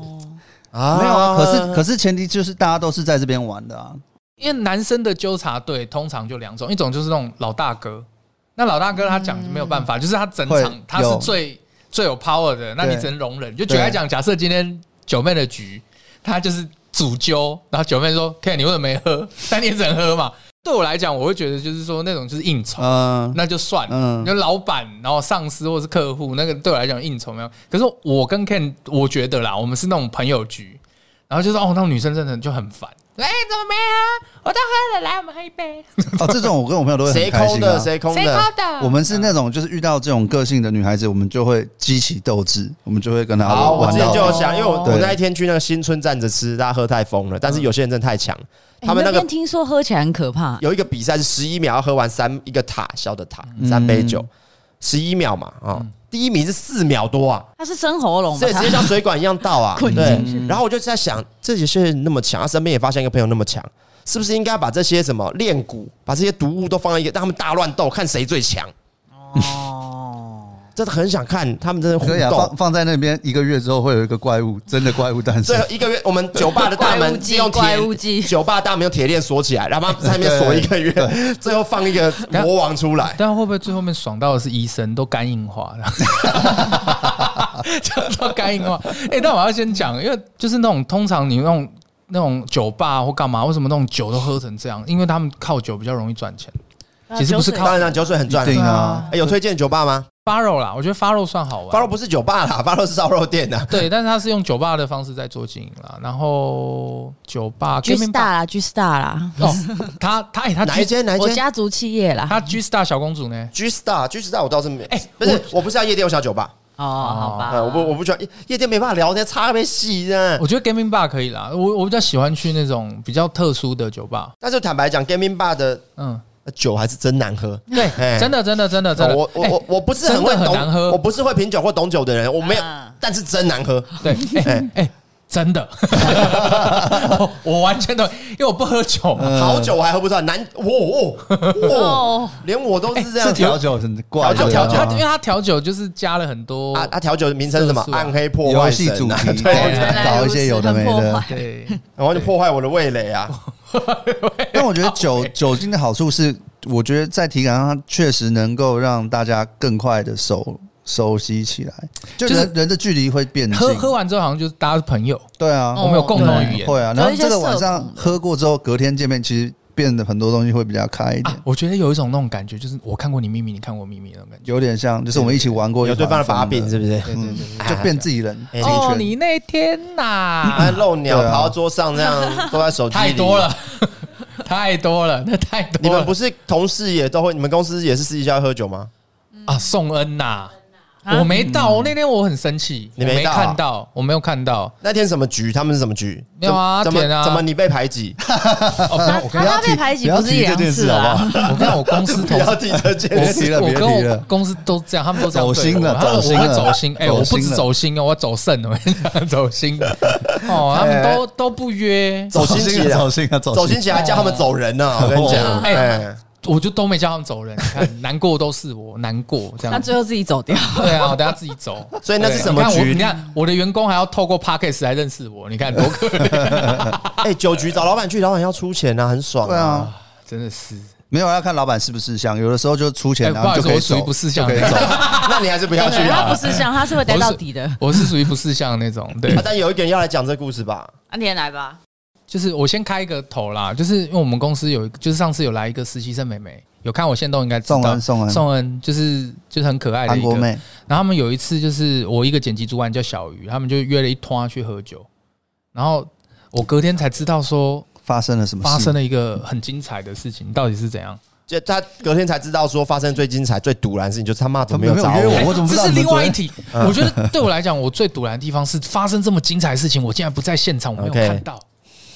Speaker 2: 啊
Speaker 4: 没有啊，可是可是前提就是大家都是在这边玩的啊，
Speaker 3: 因为男生的纠察队通常就两种，一种就是那种老大哥，那老大哥他讲就没有办法，就是他整
Speaker 4: 嗯会
Speaker 3: 场他是
Speaker 4: 有
Speaker 3: 最最有 power 的，那你
Speaker 4: 对
Speaker 3: 只能容忍。就举来讲，假设今天九妹的局，他就是主揪，然后九妹说：“天啊，你为什么没喝？”但你也只能喝嘛。对我来讲，我会觉得就是说那种就是应酬，
Speaker 4: 嗯，
Speaker 3: 那就算了
Speaker 4: 嗯。
Speaker 3: 就老板，然后上司或是客户，那个对我来讲应酬没有。可是我跟 Ken，我觉得啦，我们是那种朋友局，然后就是哦，那种女生真的就很烦。哎、怎么没啊？我都喝了，来，我们喝一杯。
Speaker 4: 哦，这种我跟我朋友都会
Speaker 2: 谁
Speaker 4: 很开
Speaker 2: 空
Speaker 4: 心
Speaker 2: 的
Speaker 4: 啊。
Speaker 2: 谁空
Speaker 3: 谁
Speaker 2: 的
Speaker 3: 高，的？
Speaker 4: 我们是那种就是遇到这种个性的女孩子，我们就会激起斗志，我们就会跟她
Speaker 2: 好，我
Speaker 4: 玩
Speaker 2: 之前
Speaker 4: 到
Speaker 2: 就有想，因为我
Speaker 4: 对嗯
Speaker 2: 我那一天去那个新村站着吃，大家喝太疯了，但是有些人真的太强，他们那
Speaker 5: 哎那
Speaker 2: 个
Speaker 5: 边听说喝起来很可怕，
Speaker 2: 有一个比赛是十一秒要喝完三一个塔小的塔三
Speaker 4: 嗯
Speaker 2: 杯酒，十一秒嘛啊，第一名是四秒多啊，
Speaker 5: 它是生喉咙吧
Speaker 2: 所以？直接像水管一样倒
Speaker 5: *laughs*
Speaker 2: 啊，
Speaker 5: 滚
Speaker 2: 对。
Speaker 4: 嗯
Speaker 2: 然后我就在想，这些人那么强，他啊身边也发现一个朋友那么强，是不是应该把这些什么练蛊，把这些毒物都放在一个，让他们大乱斗，看谁最强？
Speaker 5: 哦，
Speaker 2: 真的很想看他们真的互
Speaker 4: 可以啊，
Speaker 2: 动
Speaker 4: 放。放在那边一个月之后会有一个怪物，真的怪物诞生
Speaker 2: 最后。一个月，我们酒吧的大
Speaker 5: *laughs* 怪物
Speaker 2: 门
Speaker 5: 计
Speaker 2: 是用
Speaker 5: 怪物
Speaker 2: 铁，
Speaker 5: 计
Speaker 2: 酒吧大门用铁链锁起来，然后在那边锁一个月，最后放一个魔王出来。
Speaker 3: 但会不会最后面爽到的是医生都肝硬化了？ *laughs* 就都肝硬化。哎、但我要先讲，因为就是那种通常你那种那种酒吧或干嘛，为什么那种酒都喝成这样？因为他们靠酒比较容易赚钱。其实不是靠
Speaker 2: 当然啦，酒水很赚
Speaker 4: 一。定啊
Speaker 2: 哎，有推荐酒吧吗
Speaker 3: Faro 啦，我觉得 Faro 算好玩。
Speaker 2: 发肉不是酒吧啦，发肉是烧肉店啊呐。
Speaker 3: 对，但是他是用酒吧的方式在做经营啦。然后酒吧
Speaker 5: G
Speaker 3: gaming
Speaker 5: Star
Speaker 3: bar
Speaker 5: 啦，G Star 啦，
Speaker 3: 哦，他他哎、他
Speaker 2: 哪一
Speaker 3: G
Speaker 2: 间？哪一
Speaker 5: 我
Speaker 2: 间
Speaker 5: 家族企业啦。
Speaker 3: 他 G Star 小公主呢？
Speaker 2: ？G Star G Star 我倒是没，
Speaker 3: 哎
Speaker 2: 不是，我不是要夜店，我想要酒吧。
Speaker 5: 哦，好吧，
Speaker 2: 啊，我不我不喜欢夜夜店，没办法聊天，差别细呢。
Speaker 3: 我觉得 gaming bar 可以啦，我我比较喜欢去那种比较特殊的酒吧。
Speaker 2: 但是坦白讲，gaming bar 的
Speaker 3: 嗯，
Speaker 2: 酒还是真难喝。
Speaker 3: 对
Speaker 2: 哎，
Speaker 3: 真的真的真的真的，
Speaker 2: 我我
Speaker 3: 哎
Speaker 2: 我我不是很会
Speaker 3: 真的很难
Speaker 2: 懂，
Speaker 3: 喝
Speaker 2: 我不是会品酒或懂酒的人，我没有
Speaker 5: 啊，
Speaker 2: 但是真难喝。
Speaker 3: 对，哎、
Speaker 2: 哎
Speaker 3: 哎真的，我我完全的，因为我不喝酒嘛。
Speaker 2: 好酒我还喝不出来，难哦哦哦
Speaker 5: 哦，
Speaker 2: 连我都
Speaker 3: 哎
Speaker 2: 是这样
Speaker 4: 是。调酒很怪
Speaker 2: 啊调酒
Speaker 4: 的，
Speaker 2: 调酒
Speaker 3: 他因为他调酒就是加了很多，
Speaker 2: 嗯啊啊！调酒的名称是什么
Speaker 3: 色？素啊
Speaker 2: 暗黑破
Speaker 4: 游
Speaker 2: 坏
Speaker 4: 戏
Speaker 2: 神
Speaker 4: 主
Speaker 2: 啊！
Speaker 4: 题，
Speaker 2: 对，
Speaker 5: 原来
Speaker 4: 搞
Speaker 5: 如
Speaker 4: 一
Speaker 5: 此
Speaker 4: 些有的
Speaker 5: 很
Speaker 4: 没
Speaker 5: 破
Speaker 4: 的
Speaker 5: 坏。
Speaker 2: *laughs*
Speaker 3: 对，
Speaker 2: 然后就破坏我的味蕾
Speaker 3: *laughs*
Speaker 2: 啊！
Speaker 4: 但我觉得酒酒精的好处是，我觉得在体感上它确实能够让大家更快的熟熟悉起来，就
Speaker 3: 就是
Speaker 4: 人人的距离会变近。
Speaker 3: 喝喝完之后好像就是大家是朋友，
Speaker 4: 对啊，
Speaker 3: 我们有共同语
Speaker 4: 对
Speaker 3: 言。
Speaker 4: 会啊。然
Speaker 5: 有
Speaker 4: 后
Speaker 5: 一些
Speaker 4: 这个晚
Speaker 5: 社
Speaker 4: 上
Speaker 5: 恐的
Speaker 4: 喝过之后，隔天见面其实变得很多东西会比较开一点
Speaker 3: 啊，，我觉得有一种那种感觉，就是我看过你秘密，你看过秘密那种感觉。
Speaker 4: 有点像就是我们一起玩过
Speaker 2: 有对方的把柄
Speaker 4: 是
Speaker 2: 是不是？
Speaker 3: 对
Speaker 2: *laughs*
Speaker 3: 对对对
Speaker 4: 就变自己人
Speaker 2: 哎
Speaker 4: 进
Speaker 3: 哦，
Speaker 4: 圈
Speaker 3: 你那天呐、
Speaker 2: 还漏鸟
Speaker 3: *laughs*
Speaker 4: 对啊
Speaker 2: 跑到桌上这样，都在手机里
Speaker 3: 太多了，太多了，那太多了。
Speaker 2: 你们不是同事也都会，你们公司也是私底下喝酒吗？
Speaker 3: 啊，宋恩呐、
Speaker 5: 啊
Speaker 3: 我没
Speaker 4: 嗯
Speaker 3: 到，我那天我很生气，
Speaker 2: 你
Speaker 3: 我
Speaker 2: 没
Speaker 3: 没
Speaker 2: 到啊
Speaker 3: 看到，我没有看
Speaker 4: *laughs*
Speaker 3: 到。
Speaker 2: 那天什么局？他们是什么局？
Speaker 3: 没有啊
Speaker 2: 怎么
Speaker 3: 舔啊
Speaker 2: 怎么你被排挤？
Speaker 5: 他
Speaker 4: 哦不要
Speaker 5: 他
Speaker 4: 提
Speaker 5: 被排挤
Speaker 4: 不要
Speaker 5: 不是
Speaker 4: 提
Speaker 5: 一
Speaker 4: 这
Speaker 5: 两
Speaker 4: 件
Speaker 5: 次
Speaker 4: 事好不
Speaker 5: 啊
Speaker 4: 好？
Speaker 3: 我跟我公司
Speaker 2: 不
Speaker 3: 同
Speaker 2: 要
Speaker 3: 事，
Speaker 2: 提这件
Speaker 4: 别
Speaker 2: 事。
Speaker 4: 提了
Speaker 3: 我
Speaker 4: 别提
Speaker 3: 跟我
Speaker 4: 了
Speaker 3: 公司都这样，他们都这样
Speaker 4: 走心了
Speaker 3: 对我
Speaker 4: 走心
Speaker 3: 我会
Speaker 4: 了
Speaker 3: 走心。哎，
Speaker 4: 走
Speaker 3: 我
Speaker 4: 心
Speaker 3: 不止
Speaker 4: 了
Speaker 3: 走心哦，我走肾，我跟你讲，走心
Speaker 4: *laughs*
Speaker 3: 的。哦，他们
Speaker 4: 哎
Speaker 3: 都都不约，
Speaker 2: 走心起来，
Speaker 4: 走心啊，走
Speaker 2: 走心起来，叫他们走人啊呢。我跟你讲，
Speaker 3: 哦哎
Speaker 2: 哎，
Speaker 3: 我就都没叫他们走人。你看，难过都是我难过这
Speaker 5: 他
Speaker 3: 样子。
Speaker 5: 最后自己走掉。
Speaker 3: 对啊，我等下自己走。
Speaker 2: 所以那是
Speaker 3: 对啊
Speaker 2: 什么
Speaker 3: 你看我
Speaker 2: 局
Speaker 3: 你看我的员工还要透过 Pockets 来认识我，你看多可怜，
Speaker 2: 哎，酒局找老板去，老板要出钱啊，很爽
Speaker 4: 对
Speaker 2: 啊。
Speaker 4: 啊，
Speaker 3: 真的是。
Speaker 4: 没有要看老板是不是像，有的时候就出
Speaker 3: 哎
Speaker 4: 钱
Speaker 3: 不
Speaker 4: 然后
Speaker 3: 好意
Speaker 4: 就
Speaker 3: 思
Speaker 4: 可以
Speaker 3: 我属于
Speaker 4: 走
Speaker 3: 不是像
Speaker 4: 就可以
Speaker 3: 的
Speaker 4: 走。
Speaker 2: 那你还是不要去
Speaker 5: 对，他
Speaker 2: 啊
Speaker 5: 不。是像，他是会待到底的。
Speaker 3: 我是属于不识相那种，对
Speaker 2: 啊，但有一个人要来讲这故事吧？
Speaker 5: 安田来吧，
Speaker 3: 就是我先开一个头啦，就是因为我们公司有一个，就是上次有来一个实习生妹妹，有看我线动应该知
Speaker 4: 宋
Speaker 3: 道
Speaker 4: 恩，，宋恩，
Speaker 3: 宋恩就是就是很可爱的
Speaker 4: 韩
Speaker 3: 一个
Speaker 4: 国。妹，
Speaker 3: 然后他们有一次就是我一个剪辑主管叫小鱼，他们就约了一团去喝酒，然后我隔天才知道说
Speaker 4: 发生了什么事？
Speaker 3: 发生了一个很精彩的事情，到底是怎样？
Speaker 2: 就他隔天才知道说发生最精彩、最堵然的事情，就是他妈怎么没有找
Speaker 4: 他们没有约
Speaker 2: 我
Speaker 4: 我？怎么不知道
Speaker 3: 哎这是
Speaker 4: 你们
Speaker 3: 另外一
Speaker 4: 昨嗯
Speaker 3: 题。我觉得对我来讲，我最堵然的地方是发生这么精彩的事情，我竟然不在现场，我没有
Speaker 2: OK
Speaker 3: 看到，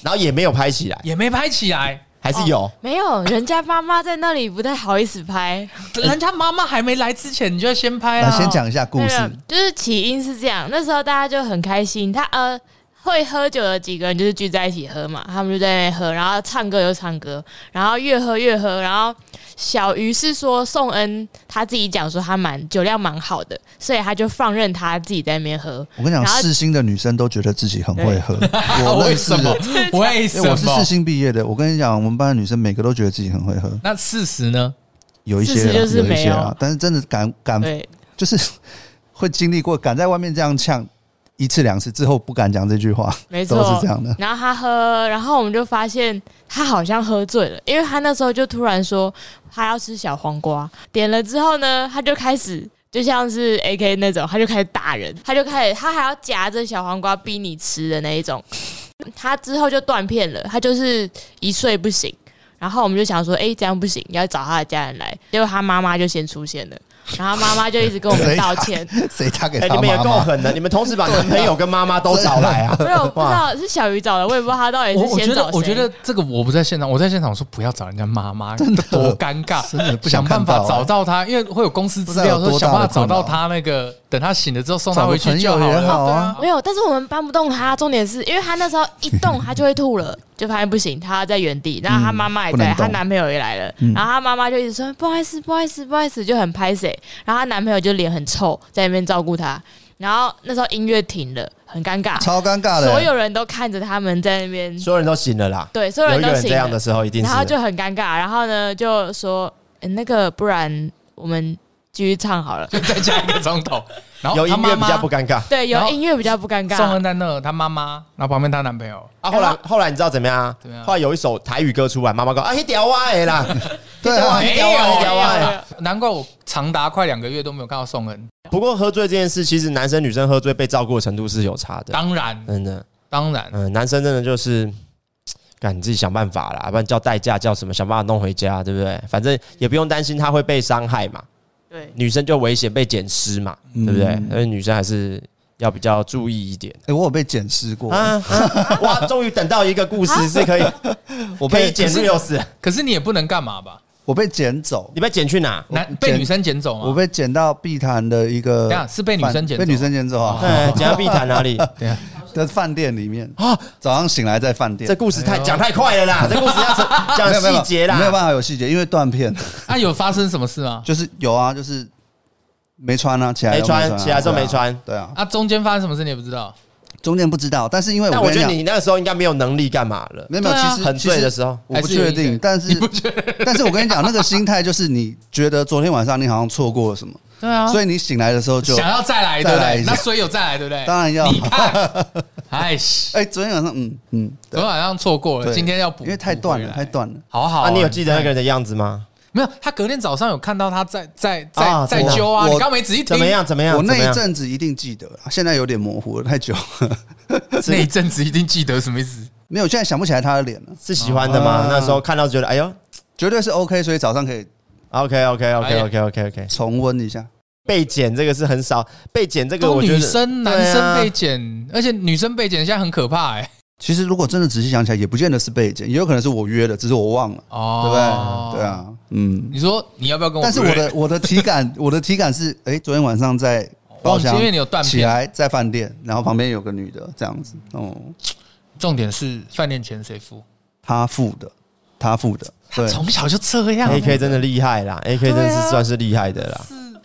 Speaker 2: 然后也没有拍起来，
Speaker 3: 也没拍起来。
Speaker 4: 哎
Speaker 2: 还
Speaker 4: 哦
Speaker 2: 是有。
Speaker 6: 没有，人家妈妈在那里不太好意思拍。
Speaker 3: 人家妈妈还没来之前，你就要先
Speaker 6: 哎
Speaker 3: 拍啊
Speaker 4: 来
Speaker 3: 了。*laughs*
Speaker 4: 先讲一下故
Speaker 6: 没有
Speaker 4: 事。，
Speaker 6: 就是起因是这样，那时候大家就很开心，他呃。会喝酒的几个人就是聚在一起喝嘛，他们就在那边喝，然后唱歌就唱歌，然后越喝越喝，然后小鱼是说宋恩他自己讲说他蛮酒量蛮好的，所以他就放任他自己在那边喝，
Speaker 4: 我跟你讲，
Speaker 6: 然后哎
Speaker 4: 世新的女生都觉得自己很会喝。
Speaker 6: *laughs*
Speaker 4: 我
Speaker 3: 啊为
Speaker 4: 认识
Speaker 3: 什
Speaker 4: 的，
Speaker 3: 么？
Speaker 4: *laughs*
Speaker 3: 为
Speaker 4: 因
Speaker 3: 什
Speaker 4: 为
Speaker 3: 么？
Speaker 4: 我是世新毕业的。我跟你讲，我们班的女生每个都觉得自己很会喝，
Speaker 3: 那事实呢？
Speaker 4: 有一些
Speaker 6: 事
Speaker 4: 啊
Speaker 6: 实就是
Speaker 4: 有一些
Speaker 6: 没
Speaker 4: 啊
Speaker 6: 有，
Speaker 4: 但是真的敢敢
Speaker 6: 对，
Speaker 4: 就是会经历过，敢在外面这样呛一次两次之后，不敢讲这句话，
Speaker 6: 没错，
Speaker 4: 都是这样的。 *laughs*
Speaker 6: 然后他喝，然后我们就发现他好像喝醉了，因为他那时候就突然说他要吃小黄瓜，点了之后呢，他就开始就像是 A K 那种，他就开始打人，他就开始他还要夹着小黄瓜逼你吃的那一种。他之后就断片了，他就是一睡不醒。然后我们就想说，哎、这样不行，要找他的家人来。结果他妈妈就先出现了，然后他妈妈就一直跟我
Speaker 4: 谁
Speaker 6: 们
Speaker 4: 打
Speaker 6: 道歉。
Speaker 4: 谁打给
Speaker 2: 哎，
Speaker 4: 他
Speaker 2: 你们也
Speaker 4: 妈
Speaker 2: 够
Speaker 4: 妈？
Speaker 2: 狠的，你们同时把男朋友跟妈妈都找来啊！
Speaker 6: *laughs* 没有，我不知道是小鱼找的，我也不知道他到底
Speaker 3: 我
Speaker 6: 哎是
Speaker 3: 我
Speaker 6: 先
Speaker 3: 觉
Speaker 6: 找
Speaker 3: 得
Speaker 6: 谁。，
Speaker 3: 我觉得这个我不在现场，我在现场我说不要找人家妈妈，真的多尴尬，
Speaker 4: *laughs* 真的不想
Speaker 3: 想
Speaker 4: 看
Speaker 3: 办
Speaker 4: 到啊
Speaker 3: 法找到他，因为会有公司资料
Speaker 4: 不知道有
Speaker 3: 说
Speaker 4: 多大
Speaker 3: 想
Speaker 4: 的
Speaker 3: 办法找到
Speaker 4: 困扰啊
Speaker 3: 他那个，等他醒了之后送他
Speaker 4: 找个
Speaker 3: 回去就
Speaker 4: 朋友
Speaker 3: 了。
Speaker 4: 也好啊
Speaker 6: *laughs* 没有，但是我们搬不动他。重点是因为他那时候一动他就会吐了，就发现不行，他要在原地。然后他妈妈也
Speaker 4: 不能
Speaker 6: 在，
Speaker 4: 动
Speaker 6: 他男朋友也来了，然后他妈妈就一直说不好意思，不好意思，不好意思，就很拍谁。然后她男朋友就脸很臭，在那边照顾她。然后那时候音乐停了，很尴尬，
Speaker 4: 超尴尬的，
Speaker 6: 所有人都看着他们在那边，
Speaker 2: 所有人都醒了啦，
Speaker 6: 对，所
Speaker 2: 有
Speaker 6: 有
Speaker 2: 一
Speaker 6: 人
Speaker 2: 个
Speaker 6: 都
Speaker 2: 人
Speaker 6: 醒
Speaker 2: 这样的
Speaker 6: 了，
Speaker 2: 时候一定是
Speaker 6: 然后就很尴尬。然后呢，就说、诶那个不然我们继续唱好了。
Speaker 3: 就 *laughs* 再加一个钟头，然后
Speaker 2: 有音
Speaker 3: 他
Speaker 2: 乐
Speaker 3: 妈
Speaker 2: 比
Speaker 3: 妈
Speaker 2: 较不尴尬。
Speaker 6: 对，
Speaker 3: 然
Speaker 6: 有
Speaker 3: 后
Speaker 6: 音乐比较不尴尬。
Speaker 3: 宋恩在那，他妈妈，然后旁边她男朋友，
Speaker 2: 啊，后来后来你知道怎么样啊
Speaker 3: 怎么？样
Speaker 2: 后来有一首台语歌出来，妈妈讲啊，黑屌蛙哎啦，
Speaker 4: 对啊，
Speaker 2: 没
Speaker 3: 有
Speaker 2: 啊，
Speaker 6: 没有
Speaker 2: 屌蛙
Speaker 6: 没
Speaker 2: 欸
Speaker 6: 有
Speaker 3: 哎难怪我长达快两个月都没有看到宋恩。
Speaker 2: 不过喝醉这件事，其实男生女生喝醉被照顾的程度是有差的，
Speaker 3: 当然，
Speaker 2: 真的。
Speaker 3: 当然，
Speaker 2: 嗯，男生真的就是，干你自己想办法啦，不然叫代驾叫什么，想办法弄回家，对不对？反正也不用担心他会被伤害嘛，
Speaker 6: 对，
Speaker 2: 女生就危险被捡尸嘛，
Speaker 4: 嗯
Speaker 2: 对不对？所以女生还是要比较注意一点
Speaker 4: 哎、我有被检视过，
Speaker 2: 啊！啊哇，终于等到一个故事是可以，
Speaker 4: 我
Speaker 2: 可
Speaker 4: 被
Speaker 2: 以捡
Speaker 3: 可是
Speaker 2: Rios，
Speaker 3: 可是你也不能干嘛吧？
Speaker 4: 我被捡走，
Speaker 2: 你被捡去哪？
Speaker 3: 男
Speaker 4: 我
Speaker 3: 被
Speaker 4: 捡
Speaker 3: 女生捡走吗？
Speaker 4: 我被捡到碧潭的一个
Speaker 3: 哦等一下是被女生捡走
Speaker 4: 被女生捡走啊，
Speaker 2: 哎，捡到碧潭哪里？
Speaker 3: 啊
Speaker 4: 在饭店里面啊，早上醒来在饭店
Speaker 2: 这，故事太讲太快了啦，这故事要
Speaker 4: 没
Speaker 2: 讲
Speaker 4: 有没有
Speaker 2: 细节
Speaker 4: 没有
Speaker 2: 啦。
Speaker 4: 办法有细节，因为断片， *laughs*
Speaker 3: 啊，有发生什么事吗？
Speaker 4: 就是有啊，就是没穿啊，起来都
Speaker 2: 没穿
Speaker 4: 啊
Speaker 2: 起来之后没穿
Speaker 4: 对啊，对啊
Speaker 3: 啊，中间发生什么事你也不知道？
Speaker 4: 中间不知道，但是因为
Speaker 2: 但
Speaker 4: 我
Speaker 2: 我
Speaker 4: 跟
Speaker 2: 觉
Speaker 4: 你
Speaker 2: 得
Speaker 4: 讲，
Speaker 2: 你那个时候应该没有能力干嘛了，
Speaker 4: 没有没有，
Speaker 3: 对啊
Speaker 4: 其实
Speaker 2: 很醉的时
Speaker 4: 候。
Speaker 2: 候。
Speaker 4: 我
Speaker 3: 还
Speaker 4: 不
Speaker 3: 是有
Speaker 4: 确
Speaker 3: 一
Speaker 4: 定，
Speaker 3: 点
Speaker 4: 但是
Speaker 3: 你不觉得？
Speaker 4: *laughs* 但是我跟你讲，那个心态就是你觉得昨天晚上你好像错过了什么，
Speaker 3: 对啊，
Speaker 4: 所以你醒来的时候就
Speaker 3: 想要再来，对
Speaker 4: 再
Speaker 3: 不
Speaker 4: 来
Speaker 3: 对
Speaker 4: 一？下
Speaker 3: 那所以有再来，对不对？
Speaker 4: 当然要
Speaker 3: 你看，哎，
Speaker 4: *laughs* 哎、昨天晚上嗯嗯，
Speaker 3: 昨天晚上错过了，
Speaker 4: 对
Speaker 3: 今天要补，
Speaker 4: 因为太断了，
Speaker 3: 补回
Speaker 4: 太
Speaker 3: 来。
Speaker 4: 断了。
Speaker 3: 好好
Speaker 2: 啊，
Speaker 3: 啊，
Speaker 2: 你有记得那个人
Speaker 3: 看？
Speaker 2: 的样子吗？
Speaker 3: 没有，他隔天早上有看到他在在
Speaker 2: 啊
Speaker 3: 在在
Speaker 2: 真的
Speaker 3: 揪啊，
Speaker 4: 我
Speaker 3: 你刚没仔细听
Speaker 2: 怎么？样？怎么样？
Speaker 4: 我那
Speaker 2: 怎么
Speaker 4: 一
Speaker 2: 样
Speaker 4: 阵子一定记得啦，现在有点模糊了，太久了。 *laughs*
Speaker 3: 那一阵子一定记得什么意思？
Speaker 4: 没有，现在想不起来他的脸了，
Speaker 2: 是喜欢的吗
Speaker 4: 啊？
Speaker 2: 那时候看到觉得，哎呦
Speaker 4: 绝对是 OK，所以早上可以
Speaker 2: ，OK OK
Speaker 3: 哎
Speaker 2: OK
Speaker 3: 呀
Speaker 2: OK OK OK，
Speaker 4: 重温一下。
Speaker 2: 被剪这个是很少，被剪这个
Speaker 3: 都
Speaker 2: 我觉得
Speaker 3: 女生
Speaker 2: 对啊
Speaker 3: 男生被剪，而且女生被剪现在很可怕哎、
Speaker 4: 其实如果真的仔细想起来，也不见得是背景，也有可能是我约的，只是我忘了，对不
Speaker 3: 哦，
Speaker 4: 对？对。啊，嗯。
Speaker 3: 你说你要不要跟我？
Speaker 4: 但是我的我的体感，我的体感是，哎，昨天晚上在包
Speaker 3: 忘记，
Speaker 4: 厢
Speaker 3: 因为你有断
Speaker 4: 起
Speaker 3: 片。
Speaker 4: 来，在饭店，然后旁边有个女的这样子，哦，
Speaker 3: 重点是饭店钱谁付？
Speaker 4: 她付的，她付的，对，
Speaker 3: 从小就这样。
Speaker 2: A K 真的厉害啦，A K 真的是算是厉害的啦。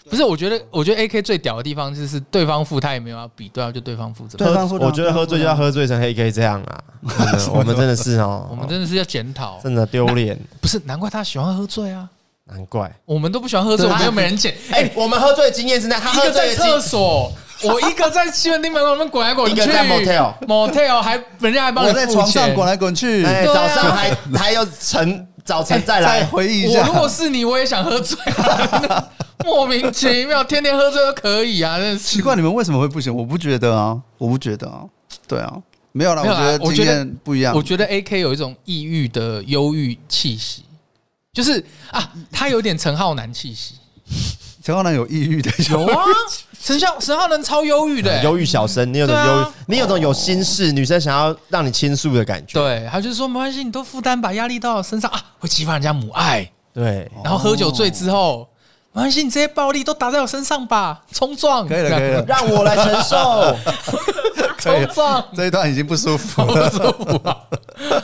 Speaker 3: 不是，我觉得，我觉得 A K 最屌的地方就是对方付，他也没有要比，对啊，就对方付怎么
Speaker 4: 对
Speaker 3: 样？
Speaker 4: 方
Speaker 2: 喝
Speaker 4: 说的啊
Speaker 2: 我觉得喝醉就要喝醉成 A K 这样
Speaker 3: *laughs*
Speaker 2: 啊，真的我们真的是哦，
Speaker 3: 我们真的是要检讨，
Speaker 2: 真的丢脸，
Speaker 3: 不是难怪他喜欢喝醉啊，
Speaker 2: 难怪。
Speaker 3: 我们都不喜欢喝醉，我们又没人检，
Speaker 2: *laughs*
Speaker 3: 哎、
Speaker 2: 哎，我们喝醉的经验是那他
Speaker 3: 一
Speaker 2: 喝
Speaker 3: 个
Speaker 2: 醉
Speaker 3: 在
Speaker 2: 的经
Speaker 3: 厕所，我一个在西门町门口那边滚来滚去，
Speaker 2: *laughs* 一个在 motel
Speaker 3: motel 还人家还帮你
Speaker 4: 我在
Speaker 3: 付
Speaker 4: 床上
Speaker 3: 钱
Speaker 4: 滚来滚去，
Speaker 2: 哎，
Speaker 3: 对啊哎
Speaker 2: 早上还 *laughs* 还有晨早晨再
Speaker 4: 再
Speaker 2: 来，
Speaker 4: 回忆一
Speaker 3: 我
Speaker 4: 下
Speaker 3: 如。果是你，我也想喝醉、
Speaker 4: *laughs*
Speaker 3: 啊，莫名其妙，天天喝醉都可以啊，真的是
Speaker 4: 奇怪，。你们为什么会不行？我不觉得啊，我不觉得啊，对啊，没有啦，
Speaker 3: 没有啦
Speaker 4: 我觉
Speaker 3: 我
Speaker 4: 得
Speaker 3: 觉
Speaker 4: 经
Speaker 3: 得
Speaker 4: 验不一样。
Speaker 3: 我觉得 A K 有一种抑郁的忧郁气息，就是啊，他有点陈浩南气息。
Speaker 4: 陈浩南有抑郁的，
Speaker 3: 有啊， *laughs* 陈浩陈浩南超忧郁的、欸，
Speaker 2: 忧郁小生，你有种
Speaker 3: 对
Speaker 2: 忧
Speaker 3: 啊
Speaker 2: 郁，你有种有心事，女生想要让你倾诉的感觉。
Speaker 3: 对，他就说没关系，你都负担把压力到身上啊，会激发人家母爱，
Speaker 2: 对，
Speaker 4: 哦
Speaker 3: 然后喝酒醉之后，没关系，你这些暴力都打在我身上吧，冲撞，
Speaker 4: 可以
Speaker 3: *laughs*
Speaker 4: 了，可以了，
Speaker 2: 让我来承受。
Speaker 4: 可以
Speaker 3: 冲
Speaker 4: 了。
Speaker 3: 撞，
Speaker 4: *laughs* 这一段已经不舒
Speaker 3: *laughs*
Speaker 4: 服
Speaker 3: 好不
Speaker 4: 了。
Speaker 3: 舒服啊。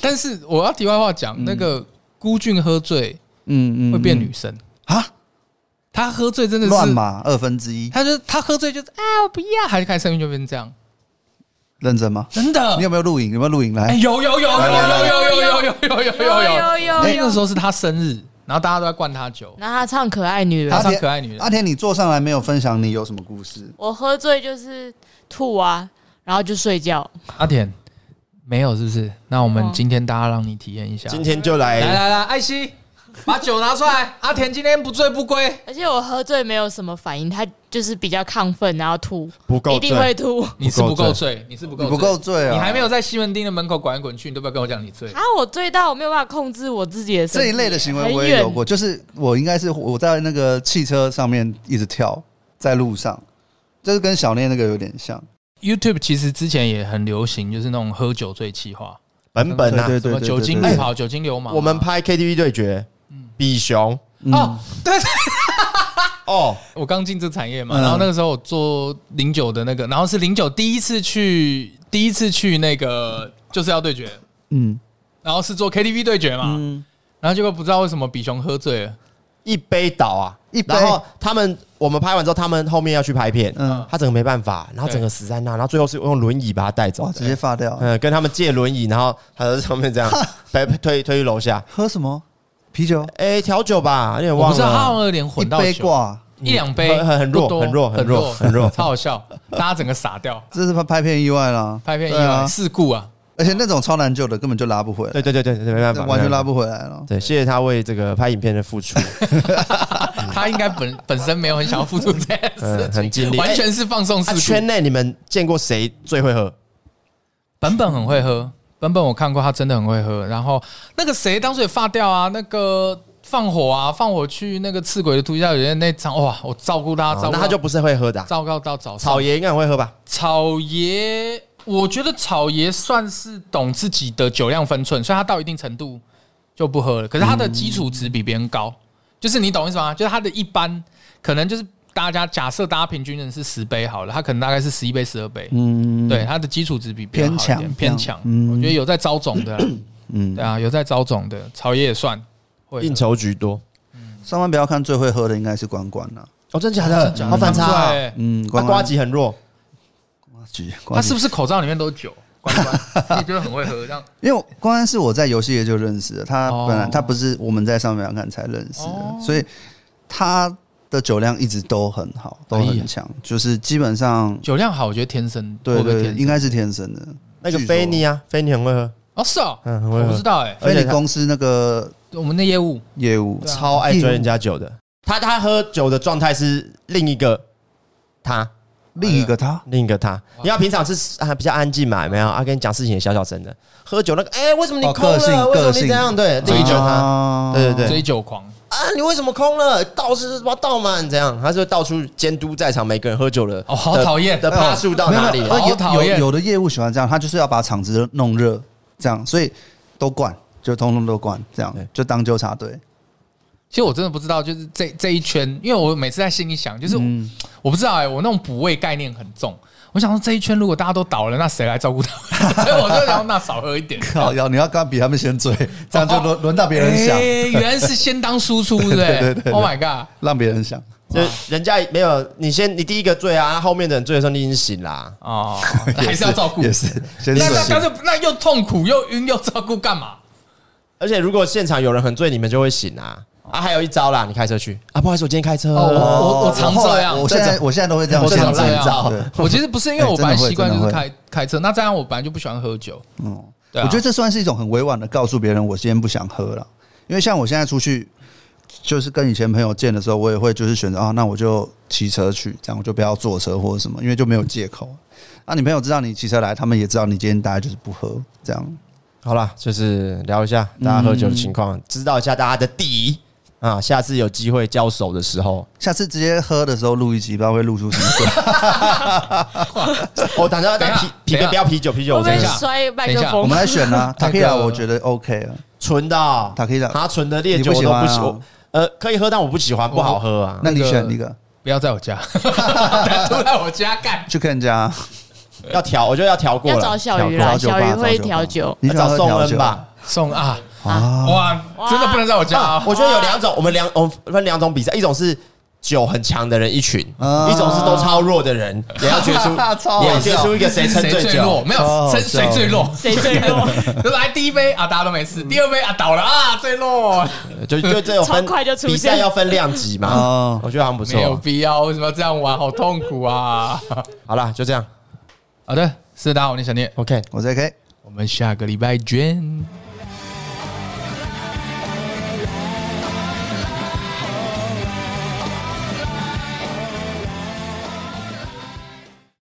Speaker 3: 但是我要题外话讲，那个孤俊喝醉
Speaker 4: 嗯
Speaker 3: 会变女生，
Speaker 4: 啊，
Speaker 3: 他喝醉真的是
Speaker 4: 乱码二分之一，
Speaker 3: 他就他喝醉就是啊，我不要，还是开始生命就变成这样，
Speaker 4: 认真吗？
Speaker 3: 真的
Speaker 4: 你。有没有录影？有没有录影
Speaker 3: 呃哎，
Speaker 4: 来？
Speaker 3: 有有有有有有有有有有有有
Speaker 6: 有
Speaker 3: 哎，那时候是他生日，然后大家都在灌他酒，
Speaker 6: 然后他唱《可爱女人
Speaker 3: 他》，
Speaker 4: 阿
Speaker 3: 唱
Speaker 4: 田
Speaker 3: 可爱女人
Speaker 4: 阿田，你坐上来没有分享你有什么故事？
Speaker 6: 我喝醉就是吐啊，然后就睡觉。
Speaker 3: 阿田没有是不是？那我们
Speaker 6: 哦
Speaker 3: 今天大家让你体验一
Speaker 2: *laughs*
Speaker 3: 下，
Speaker 2: 今天就
Speaker 3: 来
Speaker 2: 来，
Speaker 3: 来来，艾希把酒拿出来，阿田今天不醉不归。
Speaker 6: 而且我喝醉没有什么反应，他就是比较亢奋，然后吐，
Speaker 2: 不够
Speaker 6: 一定会
Speaker 2: 醉，
Speaker 6: 吐。
Speaker 3: 你是不
Speaker 2: 不够
Speaker 3: 够醉，你是不够
Speaker 4: 你
Speaker 3: 醉
Speaker 4: 不够醉啊！
Speaker 3: 你还没有在西门町的门口滚来滚去，你都不要跟我讲你醉
Speaker 6: 啊。，我醉到我没有办法控制我自己的身
Speaker 4: 这
Speaker 6: 体
Speaker 4: 一类的行为
Speaker 6: 很
Speaker 4: 我也
Speaker 6: 远
Speaker 4: 有过，就是我应该是我在那个汽车上面一直跳，在路上，就是跟小念那个有点像。
Speaker 3: YouTube 其实之前也很流行，就是那种喝酒醉气话，
Speaker 2: 本本啊，
Speaker 3: 什么酒精
Speaker 2: 对
Speaker 3: 路跑、酒精流氓啊。
Speaker 2: 我们拍 KTV 对决，比熊
Speaker 3: 哦，对，对
Speaker 2: 哦，
Speaker 3: *laughs* 我刚进这产业嘛，
Speaker 4: 嗯
Speaker 3: 然后那个时候我做零九的那个，然后是零九第一次去，第一次去那个就是要对决，
Speaker 4: 嗯
Speaker 3: 然后是做 KTV 对决嘛，
Speaker 4: 嗯，
Speaker 3: 然后结果不知道为什么比熊喝醉了，
Speaker 2: 一杯倒啊，
Speaker 4: 一杯
Speaker 2: 然后他们我们拍完之后，他们后面要去拍片，
Speaker 4: 嗯
Speaker 2: 他整个没办法，然后整个死在那，然后最后是用轮椅把他带走
Speaker 4: 哇，，直接发掉。
Speaker 2: 嗯，跟他们借轮椅，然后他在上面这样 *laughs* 被推推去楼下，
Speaker 4: 喝什么啤酒？
Speaker 2: 哎，调酒吧，有点
Speaker 3: 我
Speaker 2: 忘
Speaker 3: 不知道他好
Speaker 2: 了，
Speaker 3: 像有点
Speaker 4: 一
Speaker 3: 混到
Speaker 4: 杯
Speaker 3: 酒，
Speaker 4: 挂，
Speaker 3: 一两杯
Speaker 2: 很很很弱
Speaker 3: 不多
Speaker 2: 很弱
Speaker 3: 很
Speaker 2: 很弱很弱
Speaker 3: 超好笑，大家整个傻掉，
Speaker 4: 这是拍拍片意外啦，
Speaker 3: 拍片意
Speaker 4: 对
Speaker 3: 外
Speaker 4: 啊，
Speaker 3: 事故啊，
Speaker 4: 而且那种超难救的，根本就拉不回来，
Speaker 2: 对对对对对，没办
Speaker 4: 这
Speaker 2: 法，
Speaker 4: 完全拉
Speaker 2: 不。
Speaker 4: 不回来了。
Speaker 2: 对，谢谢他为这个拍影片的付出，
Speaker 3: *laughs* 他应该本本身没有很想要付出这件
Speaker 2: *laughs*
Speaker 3: 事 *laughs*
Speaker 2: 嗯，很尽力。
Speaker 3: 完全是放松事
Speaker 2: 哎啊
Speaker 3: 故。
Speaker 2: 圈内你们见过谁最会喝？
Speaker 3: 本本很会喝，本本我看过，他真的很会喝。然后那个谁当时也发掉啊，那个放火啊，放火去那个赤鬼的度假酒店那场，哇，我照顾他，照
Speaker 2: 哦
Speaker 3: 顾
Speaker 2: 那他就不是会喝的啊。
Speaker 3: 照顾到早上。
Speaker 2: 草爷应该很会喝吧？
Speaker 3: 草爷，我觉得草爷算是懂自己的酒量分寸，所以他到一定程度就不喝了。可是他的基础值比别人高，就是你懂意思吗？就是他的一般可能就是大家假设大家平均人是十杯好了，他可能大概是十一杯、十二杯，
Speaker 4: 嗯，
Speaker 3: 对，他的基础值比别人好一点
Speaker 4: 偏
Speaker 3: 偏
Speaker 4: 强
Speaker 3: 强。
Speaker 4: 嗯
Speaker 3: 我觉得有在招总的啦，
Speaker 4: 嗯
Speaker 3: 对，啊，有在招总的，草爷也算会
Speaker 2: 应酬局多。
Speaker 4: 上班不要看最会喝的应该是关关了。
Speaker 2: 哦，真假的？好反差啊！
Speaker 3: 对，
Speaker 4: 嗯，
Speaker 2: 他
Speaker 4: 关
Speaker 2: 瓜
Speaker 4: 关
Speaker 2: 吉很弱，
Speaker 4: 瓜吉，
Speaker 3: 他是不
Speaker 4: 是？
Speaker 3: 是口罩里面都是酒？关 *laughs* 关，你觉得很会喝这样？
Speaker 4: 因为关关是我在游戏业就认识的，他
Speaker 3: 哦
Speaker 4: 本来他不是我们在上面要看才认识
Speaker 3: 哦
Speaker 4: 的，所以他的酒量一直都很好，都
Speaker 3: 哎呀
Speaker 4: 很强，就是基本上
Speaker 3: 酒量好，我觉得天生
Speaker 4: 对
Speaker 3: 会不会
Speaker 4: 对，对
Speaker 3: 天生
Speaker 4: 应该是天生的。
Speaker 2: 那个
Speaker 4: 据说
Speaker 2: 菲尼啊，菲尼很会喝，
Speaker 3: 哦，是哦，
Speaker 2: 嗯，很会
Speaker 3: 我不知
Speaker 2: 喝，
Speaker 3: 道哎，
Speaker 4: 所以
Speaker 2: 而且
Speaker 4: 你
Speaker 2: 他
Speaker 4: 公司那个
Speaker 3: 我们的业务
Speaker 4: 业务
Speaker 3: 对啊
Speaker 2: 超爱追人家酒的。他他喝酒的状态是另一个他，
Speaker 4: 另一个他，
Speaker 2: 另一个他，你要平常是啊比较安静嘛，有没有
Speaker 3: 嗯
Speaker 2: 啊，跟你讲事情也小小声的。喝酒那个，哎、为什么你
Speaker 4: 哦
Speaker 2: 空了？
Speaker 4: 个性
Speaker 2: 为什么
Speaker 4: 个性
Speaker 2: 你这样？对，另一个他，
Speaker 4: 啊
Speaker 2: 对对对，
Speaker 3: 追酒狂，
Speaker 2: 啊，你为什么空了？倒是把它倒满，这样他就会到处监督在场每个人喝酒的
Speaker 3: 哦好
Speaker 2: 的
Speaker 3: 讨厌
Speaker 2: 的趴数到哪里
Speaker 3: 没
Speaker 4: 呃
Speaker 3: 好
Speaker 4: 有
Speaker 3: 讨厌
Speaker 4: 有有的业务喜欢这样，他就是要把场子弄热，这样，所以都灌，就通通都灌，这样
Speaker 2: 对
Speaker 4: 就当纠察队。
Speaker 3: 其实我真的不知道，就是这这一圈，因为我每次在心里想，就是我,、
Speaker 4: 嗯
Speaker 3: 不知道哎、我那种补位概念很重。我想说这一圈如果大家都倒了，那谁来照顾他 *laughs* 们？所以我就想说那少喝一点。
Speaker 4: 靠，要你要刚比他们先追，
Speaker 3: 哦
Speaker 4: 这样就轮轮到别人想，
Speaker 3: 哎原来是先当输出，对不
Speaker 4: *laughs* 对对对对
Speaker 3: ？Oh my god！
Speaker 4: 让别人想。
Speaker 2: 就人家没有你先，你第一个醉啊，后面的人醉的时候你已经醒啊啦。
Speaker 3: 哦，还是要照顾。
Speaker 4: 也是，先
Speaker 3: 那那
Speaker 4: 水
Speaker 3: 干脆那又痛苦又晕又照顾干嘛？
Speaker 2: 而且如果现场有人很醉，你们就会醒啊。啊，还有一招啦，你开车去啊，不好意思，我今天开车。
Speaker 3: 哦我我我常
Speaker 4: 后
Speaker 3: 这
Speaker 4: 来
Speaker 3: 样
Speaker 4: 我现在我现在都会这样，
Speaker 3: 我
Speaker 4: 现
Speaker 3: 常
Speaker 4: 场
Speaker 3: 这
Speaker 4: 制
Speaker 3: 样
Speaker 4: 造。
Speaker 3: 我其实不是因为我本来
Speaker 4: *laughs* 哎真的会
Speaker 3: 习惯就
Speaker 4: 真
Speaker 3: 是
Speaker 4: 的会
Speaker 3: 开开车，那这样我本来就不喜欢喝酒。
Speaker 4: 嗯，
Speaker 3: 对啊
Speaker 4: 我觉得这算是一种很委婉的告诉别人，我今天不想喝了。因为像我现在出去，就是跟以前朋友见的时候，我也会就是选择啊，那我就骑车去，这样我就不要坐车或者什么，因为就没有借口。啊，你朋友知道你骑车来，他们也知道你今天大概就是不喝，这样
Speaker 2: 好啦，就是聊一下大家喝酒的情况，知道一下大家的底啊。下次有机会交手的时候，
Speaker 4: 下次直接喝的时候录一集，不知道会录出什么鬼。
Speaker 2: 我哦等下
Speaker 3: 等一
Speaker 2: 但
Speaker 3: 下
Speaker 2: 啤啤
Speaker 3: 等一下
Speaker 2: 不要啤酒，啤酒
Speaker 6: 会
Speaker 2: 我
Speaker 6: 不
Speaker 2: 跟你
Speaker 6: 会
Speaker 3: 等
Speaker 2: 讲
Speaker 3: 一下
Speaker 6: 摔麦克
Speaker 3: 等一下
Speaker 4: *laughs* 我
Speaker 6: 风
Speaker 4: 们？来选啊 t
Speaker 3: 那个
Speaker 4: a k i r a 我觉得 OK 啊了
Speaker 2: 纯的哦
Speaker 4: t a k i r a
Speaker 2: 他纯的烈
Speaker 4: 你
Speaker 2: 酒
Speaker 4: 不
Speaker 2: 我
Speaker 4: 喜
Speaker 2: 都
Speaker 4: 欢
Speaker 2: 不
Speaker 4: 啊
Speaker 2: 喜，我呃可以喝，但我不喜欢，不好喝啊。
Speaker 4: 那你
Speaker 3: 那个
Speaker 4: 选一个，
Speaker 3: 不要在我 *laughs* 家，都在我家干。
Speaker 4: 去跟人家
Speaker 2: 要调，我觉得要调过
Speaker 6: 要
Speaker 2: 了，
Speaker 6: 找小鱼
Speaker 2: 调
Speaker 6: 啦，
Speaker 4: 调酒吧
Speaker 6: 小鱼会
Speaker 4: 调酒吧
Speaker 6: 调酒。
Speaker 4: 你
Speaker 2: 过
Speaker 4: 喜
Speaker 2: 了找
Speaker 4: 欢喝
Speaker 2: 宋
Speaker 4: 调
Speaker 2: 恩
Speaker 4: 酒
Speaker 2: 吧。
Speaker 3: 送啊！
Speaker 4: 啊？
Speaker 3: 哇，真的不能在我家
Speaker 2: 啊
Speaker 3: 啊！
Speaker 2: 我觉得有两种，我们两我们分两种比赛，一种是。酒很强的人一群，
Speaker 4: 啊
Speaker 2: 一种是都超弱的人，也要决出，
Speaker 4: *laughs* 超好笑
Speaker 2: 也要决出一个谁称
Speaker 3: 谁最弱？
Speaker 2: 酒。
Speaker 3: 没
Speaker 4: 哦
Speaker 3: 有，谁谁
Speaker 4: 笑
Speaker 3: 最弱？
Speaker 4: *laughs*
Speaker 6: 谁最弱？
Speaker 3: 就 *laughs* 来第一杯啊，大家都没事；第二杯啊，倒了啊，最弱。
Speaker 2: 就就这种分
Speaker 6: 超快就出现
Speaker 2: 比赛要分量级嘛
Speaker 4: 哦，
Speaker 2: 我觉得好像不
Speaker 3: 没有
Speaker 2: 错。
Speaker 3: 必要，为什么要这样玩？好痛苦啊！
Speaker 2: 好啦，就这样
Speaker 3: 好的，是大家好，我是小聂，
Speaker 2: ，OK。
Speaker 4: 我是 OK。
Speaker 3: 我们下个礼拜见。